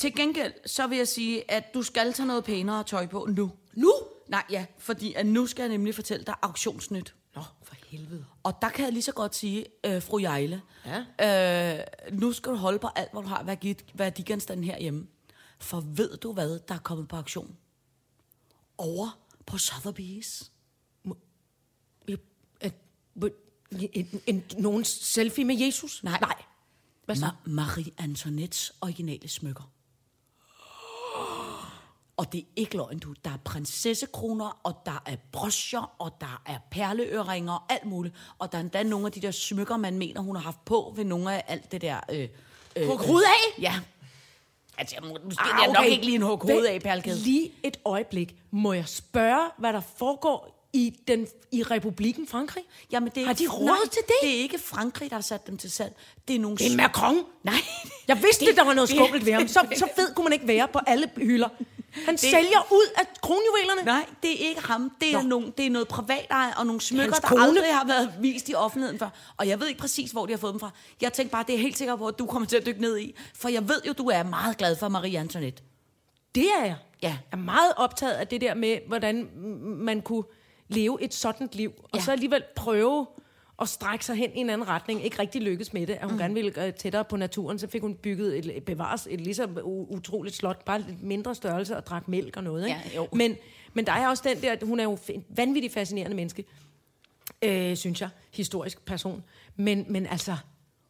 [SPEAKER 4] Til gengæld, så vil jeg sige, at du skal tage noget pænere tøj på nu. Nu? Nej, ja, fordi at nu skal jeg nemlig fortælle dig auktionsnyt.
[SPEAKER 3] Nå, for helvede.
[SPEAKER 4] Og der kan jeg lige så godt sige, øh, fru Jejle,
[SPEAKER 3] Ja.
[SPEAKER 4] øh, nu skal du holde på alt, hvor du har værdi- værdigenstanden herhjemme. For ved du hvad, der er kommet på auktion? Over på Sotheby's.
[SPEAKER 3] Øh, øh, øh, en, en, nogen selfie med Jesus?
[SPEAKER 4] Nej.
[SPEAKER 3] Nej. Hvad så?
[SPEAKER 4] Ma- Marie Antoinettes originale smykker. Og det er ikke løgn, du. Der er prinsessekroner, og der er broscher, og der er perleøringer, og alt muligt. Og der er endda nogle af de der smykker, man mener, hun har haft på ved nogle af alt det der... Øh, øh,
[SPEAKER 3] Hug hovedet af?
[SPEAKER 4] Ja. Altså, jeg må, måske ah, okay. er nok ikke lige en hug hovedet af perlekæde.
[SPEAKER 3] Lige et øjeblik. Må jeg spørge, hvad der foregår i, den, i republikken Frankrig?
[SPEAKER 4] Jamen, det er
[SPEAKER 3] Har
[SPEAKER 4] ikke-
[SPEAKER 3] de råd
[SPEAKER 4] nej,
[SPEAKER 3] til det?
[SPEAKER 4] Det er ikke Frankrig, der har sat dem til salg. Det er nogle...
[SPEAKER 3] Det er Macron.
[SPEAKER 4] Nej. *laughs*
[SPEAKER 3] Jeg vidste, det, der var noget skummelt ved ham. *laughs* Så, så fed kunne man ikke være på alle hylder. Han det, sælger ud af kronjuvelerne.
[SPEAKER 4] Nej, det er ikke ham. Det er,
[SPEAKER 3] Nå.
[SPEAKER 4] nogle, det er noget privat og nogle smykker,
[SPEAKER 3] Hans
[SPEAKER 4] der
[SPEAKER 3] kone.
[SPEAKER 4] aldrig har været vist i offentligheden før. Og jeg ved ikke præcis, hvor de har fået dem fra. Jeg tænkte bare, det er jeg helt sikker på, at du kommer til at dykke ned i. For jeg ved jo, du er meget glad for Marie Antoinette.
[SPEAKER 3] Det er jeg.
[SPEAKER 4] Ja.
[SPEAKER 3] Jeg er meget optaget af det der med, hvordan m- man kunne leve et sådan liv, og
[SPEAKER 4] Ja.
[SPEAKER 3] så alligevel prøve at strække sig hen i en anden retning. Ikke rigtig lykkes med det, at hun mm. gerne ville øh, tættere på naturen. Så fik hun bygget et, et bevares et lige så u- utroligt slot, bare lidt mindre størrelse og drak mælk og noget. Ikke?
[SPEAKER 4] Ja, jo.
[SPEAKER 3] men, men der er også den der, at hun er jo en vanvittigt fascinerende menneske, øh, synes jeg, historisk person. Men, men altså,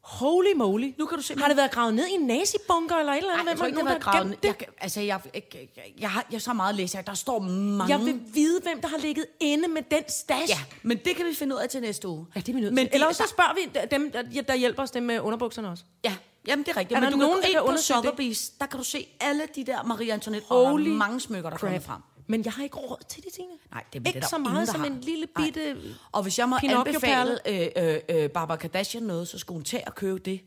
[SPEAKER 3] holy moly.
[SPEAKER 4] Nu kan du simpelthen-
[SPEAKER 3] Har det været gravet ned i en nazibunker eller et eller andet?
[SPEAKER 4] jeg
[SPEAKER 3] Hvem har-
[SPEAKER 4] tror ikke, det
[SPEAKER 3] nogen,
[SPEAKER 4] har
[SPEAKER 3] der har
[SPEAKER 4] gravet.
[SPEAKER 3] gemt det?
[SPEAKER 4] Jeg, kan- altså, jeg, jeg, jeg, jeg, har, jeg har så meget læst, der står mange...
[SPEAKER 3] Jeg vil vide, hvem der har ligget inde med den stash.
[SPEAKER 4] Ja, men det kan vi finde ud af til næste uge.
[SPEAKER 3] ja det er vi nødt
[SPEAKER 4] Men
[SPEAKER 3] Men ellers
[SPEAKER 4] det-
[SPEAKER 3] så spørger vi dem, der, der hjælper os, dem med underbukserne også.
[SPEAKER 4] Ja, jamen det er rigtigt.
[SPEAKER 3] Er
[SPEAKER 4] men
[SPEAKER 3] der
[SPEAKER 4] du
[SPEAKER 3] nogen, der kan
[SPEAKER 4] kan gå ind på
[SPEAKER 3] undersøge det?
[SPEAKER 4] Sotheby's, der kan du se alle de der Marie Antoinette, og der er
[SPEAKER 3] Holy
[SPEAKER 4] mange smykker, der
[SPEAKER 3] Crap.
[SPEAKER 4] kommer frem.
[SPEAKER 3] Men jeg har ikke råd til de ting.
[SPEAKER 4] Nej, det er
[SPEAKER 3] Ikke
[SPEAKER 4] det, der
[SPEAKER 3] så
[SPEAKER 4] er
[SPEAKER 3] meget
[SPEAKER 4] ingen, der
[SPEAKER 3] som
[SPEAKER 4] har.
[SPEAKER 3] en lille
[SPEAKER 4] Nej.
[SPEAKER 3] bitte...
[SPEAKER 4] Og hvis jeg må
[SPEAKER 3] Pinocchio-perle.
[SPEAKER 4] anbefale øh, øh, øh, Barbara Kardashian noget, så skulle hun tage og købe det.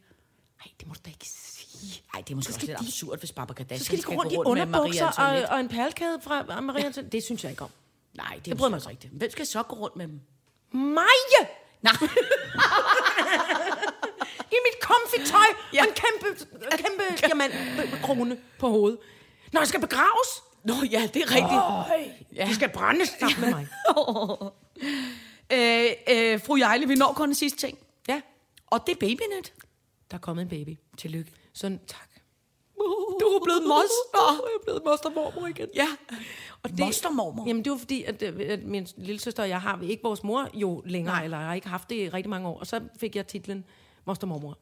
[SPEAKER 3] Nej, det må du da ikke sige.
[SPEAKER 4] Nej, det er måske
[SPEAKER 3] Så
[SPEAKER 4] også
[SPEAKER 3] skal
[SPEAKER 4] lidt
[SPEAKER 3] de-
[SPEAKER 4] absurd, hvis Barbara Kardashian
[SPEAKER 3] Så skal de gå rundt i
[SPEAKER 4] med Marie
[SPEAKER 3] underbukser
[SPEAKER 4] Antoinette.
[SPEAKER 3] og, og en perlekæde fra Maria Antoinette. Det synes jeg ikke om.
[SPEAKER 4] Nej, det,
[SPEAKER 3] Det
[SPEAKER 4] det
[SPEAKER 3] bryder
[SPEAKER 4] bryder
[SPEAKER 3] mig
[SPEAKER 4] mig ikke rigtigt. Hvem skal så gå rundt med dem?
[SPEAKER 3] Maja!
[SPEAKER 4] *laughs* Nej,
[SPEAKER 3] I mit komfitøj ja. og en kæmpe, kæmpe diamantkrone på hovedet. Når han skal begraves.
[SPEAKER 4] Nå, ja, det er rigtigt.
[SPEAKER 3] Ja. De skal brændes sammen med mig.
[SPEAKER 4] Øh, øh, fru Jejle, vi når kun en sidste ting.
[SPEAKER 3] Ja,
[SPEAKER 4] Og det er babynet.
[SPEAKER 3] der er kommet en baby. Tillykke. Sådan, tak.
[SPEAKER 4] Du er blevet *laughs* moster.
[SPEAKER 3] Jeg er blevet moster mormor igen.
[SPEAKER 4] Ja.
[SPEAKER 3] Og det,
[SPEAKER 4] Mostermormor.
[SPEAKER 3] Jamen, det var fordi, at, øh, at min lille søster og jeg har ikke vores mor jo længere, Nej. eller jeg har ikke haft det i rigtig mange år. Og så fik jeg titlen Moster Mormor.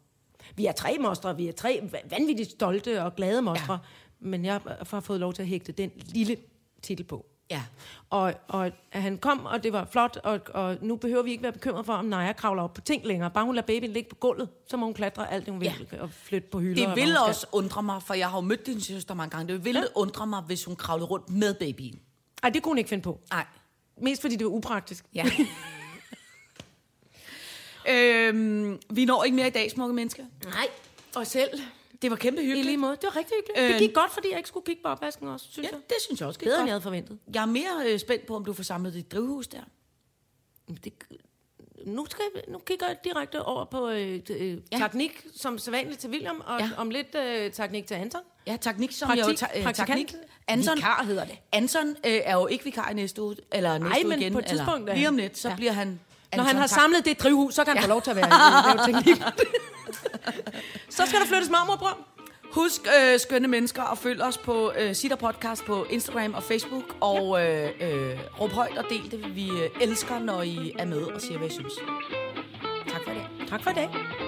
[SPEAKER 3] Vi er tre mostre, vi er tre va- vanvittigt stolte og glade mostre. Ja. Men jeg har fået lov til at hægte den lille titel på.
[SPEAKER 4] Ja.
[SPEAKER 3] Og, og han kom, og det var flot, og, og nu behøver vi ikke være bekymret for, om Naja kravler op på ting længere. Bare hun lader babyen ligge på gulvet, så må hun klatre alt det, hun vil, og flytte på hylder. og
[SPEAKER 4] Det
[SPEAKER 3] hvad
[SPEAKER 4] ville
[SPEAKER 3] hun skal.
[SPEAKER 4] også undre mig, for jeg har jo mødt din søster mange gange. Det ville ja. undre mig, hvis hun kravlede rundt med babyen.
[SPEAKER 3] Ej, det kunne hun ikke finde på.
[SPEAKER 4] Nej.
[SPEAKER 3] Mest fordi det var upraktisk.
[SPEAKER 4] Ja. *laughs* øhm, vi når ikke mere i dag, smukke mennesker.
[SPEAKER 3] Nej, og selv.
[SPEAKER 4] Det var kæmpe
[SPEAKER 3] I
[SPEAKER 4] hyggeligt.
[SPEAKER 3] lige måde. Det var rigtig hyggeligt. Øh, det gik godt, fordi jeg ikke skulle kigge på opvasken også, synes
[SPEAKER 4] Ja,
[SPEAKER 3] jeg.
[SPEAKER 4] det synes jeg også. gik
[SPEAKER 3] Bedre, end
[SPEAKER 4] godt.
[SPEAKER 3] jeg havde forventet.
[SPEAKER 4] Jeg er mere øh, spændt på, om du får samlet dit drivhus der.
[SPEAKER 3] Men Det, nu, skal jeg, nu kigger jeg direkte over på øh, øh, ja. teknik, som sædvanligt til William, og ja.
[SPEAKER 4] Ja.
[SPEAKER 3] om lidt øh, teknik til Anton.
[SPEAKER 4] Ja, teknik, som
[SPEAKER 3] Praktik-
[SPEAKER 4] jeg jo... Ta- øh,
[SPEAKER 3] praktikant.
[SPEAKER 4] teknik. Anton,
[SPEAKER 3] Vikar hedder det.
[SPEAKER 4] Anton øh, er jo ikke vikar i næste uge, eller næste
[SPEAKER 3] Ej,
[SPEAKER 4] uge
[SPEAKER 3] men
[SPEAKER 4] igen.
[SPEAKER 3] på et tidspunkt er
[SPEAKER 4] eller, Lige om
[SPEAKER 3] han.
[SPEAKER 4] lidt, så
[SPEAKER 3] Ja.
[SPEAKER 4] ja. bliver han...
[SPEAKER 3] Når
[SPEAKER 4] Anton,
[SPEAKER 3] han har
[SPEAKER 4] tak.
[SPEAKER 3] samlet det drivhus, så kan han ja. få lov til at være i lave teknik.
[SPEAKER 4] *laughs*
[SPEAKER 3] så skal der flyttes marmorbrøm.
[SPEAKER 4] Husk, øh, skønne mennesker, at følge os på øh, Sitter Podcast på Instagram og Facebook, og ja. øh, øh, råb højt og del det. Vi øh, elsker, når I er med og siger, hvad I synes. Tak for det.
[SPEAKER 3] Tak for i dag.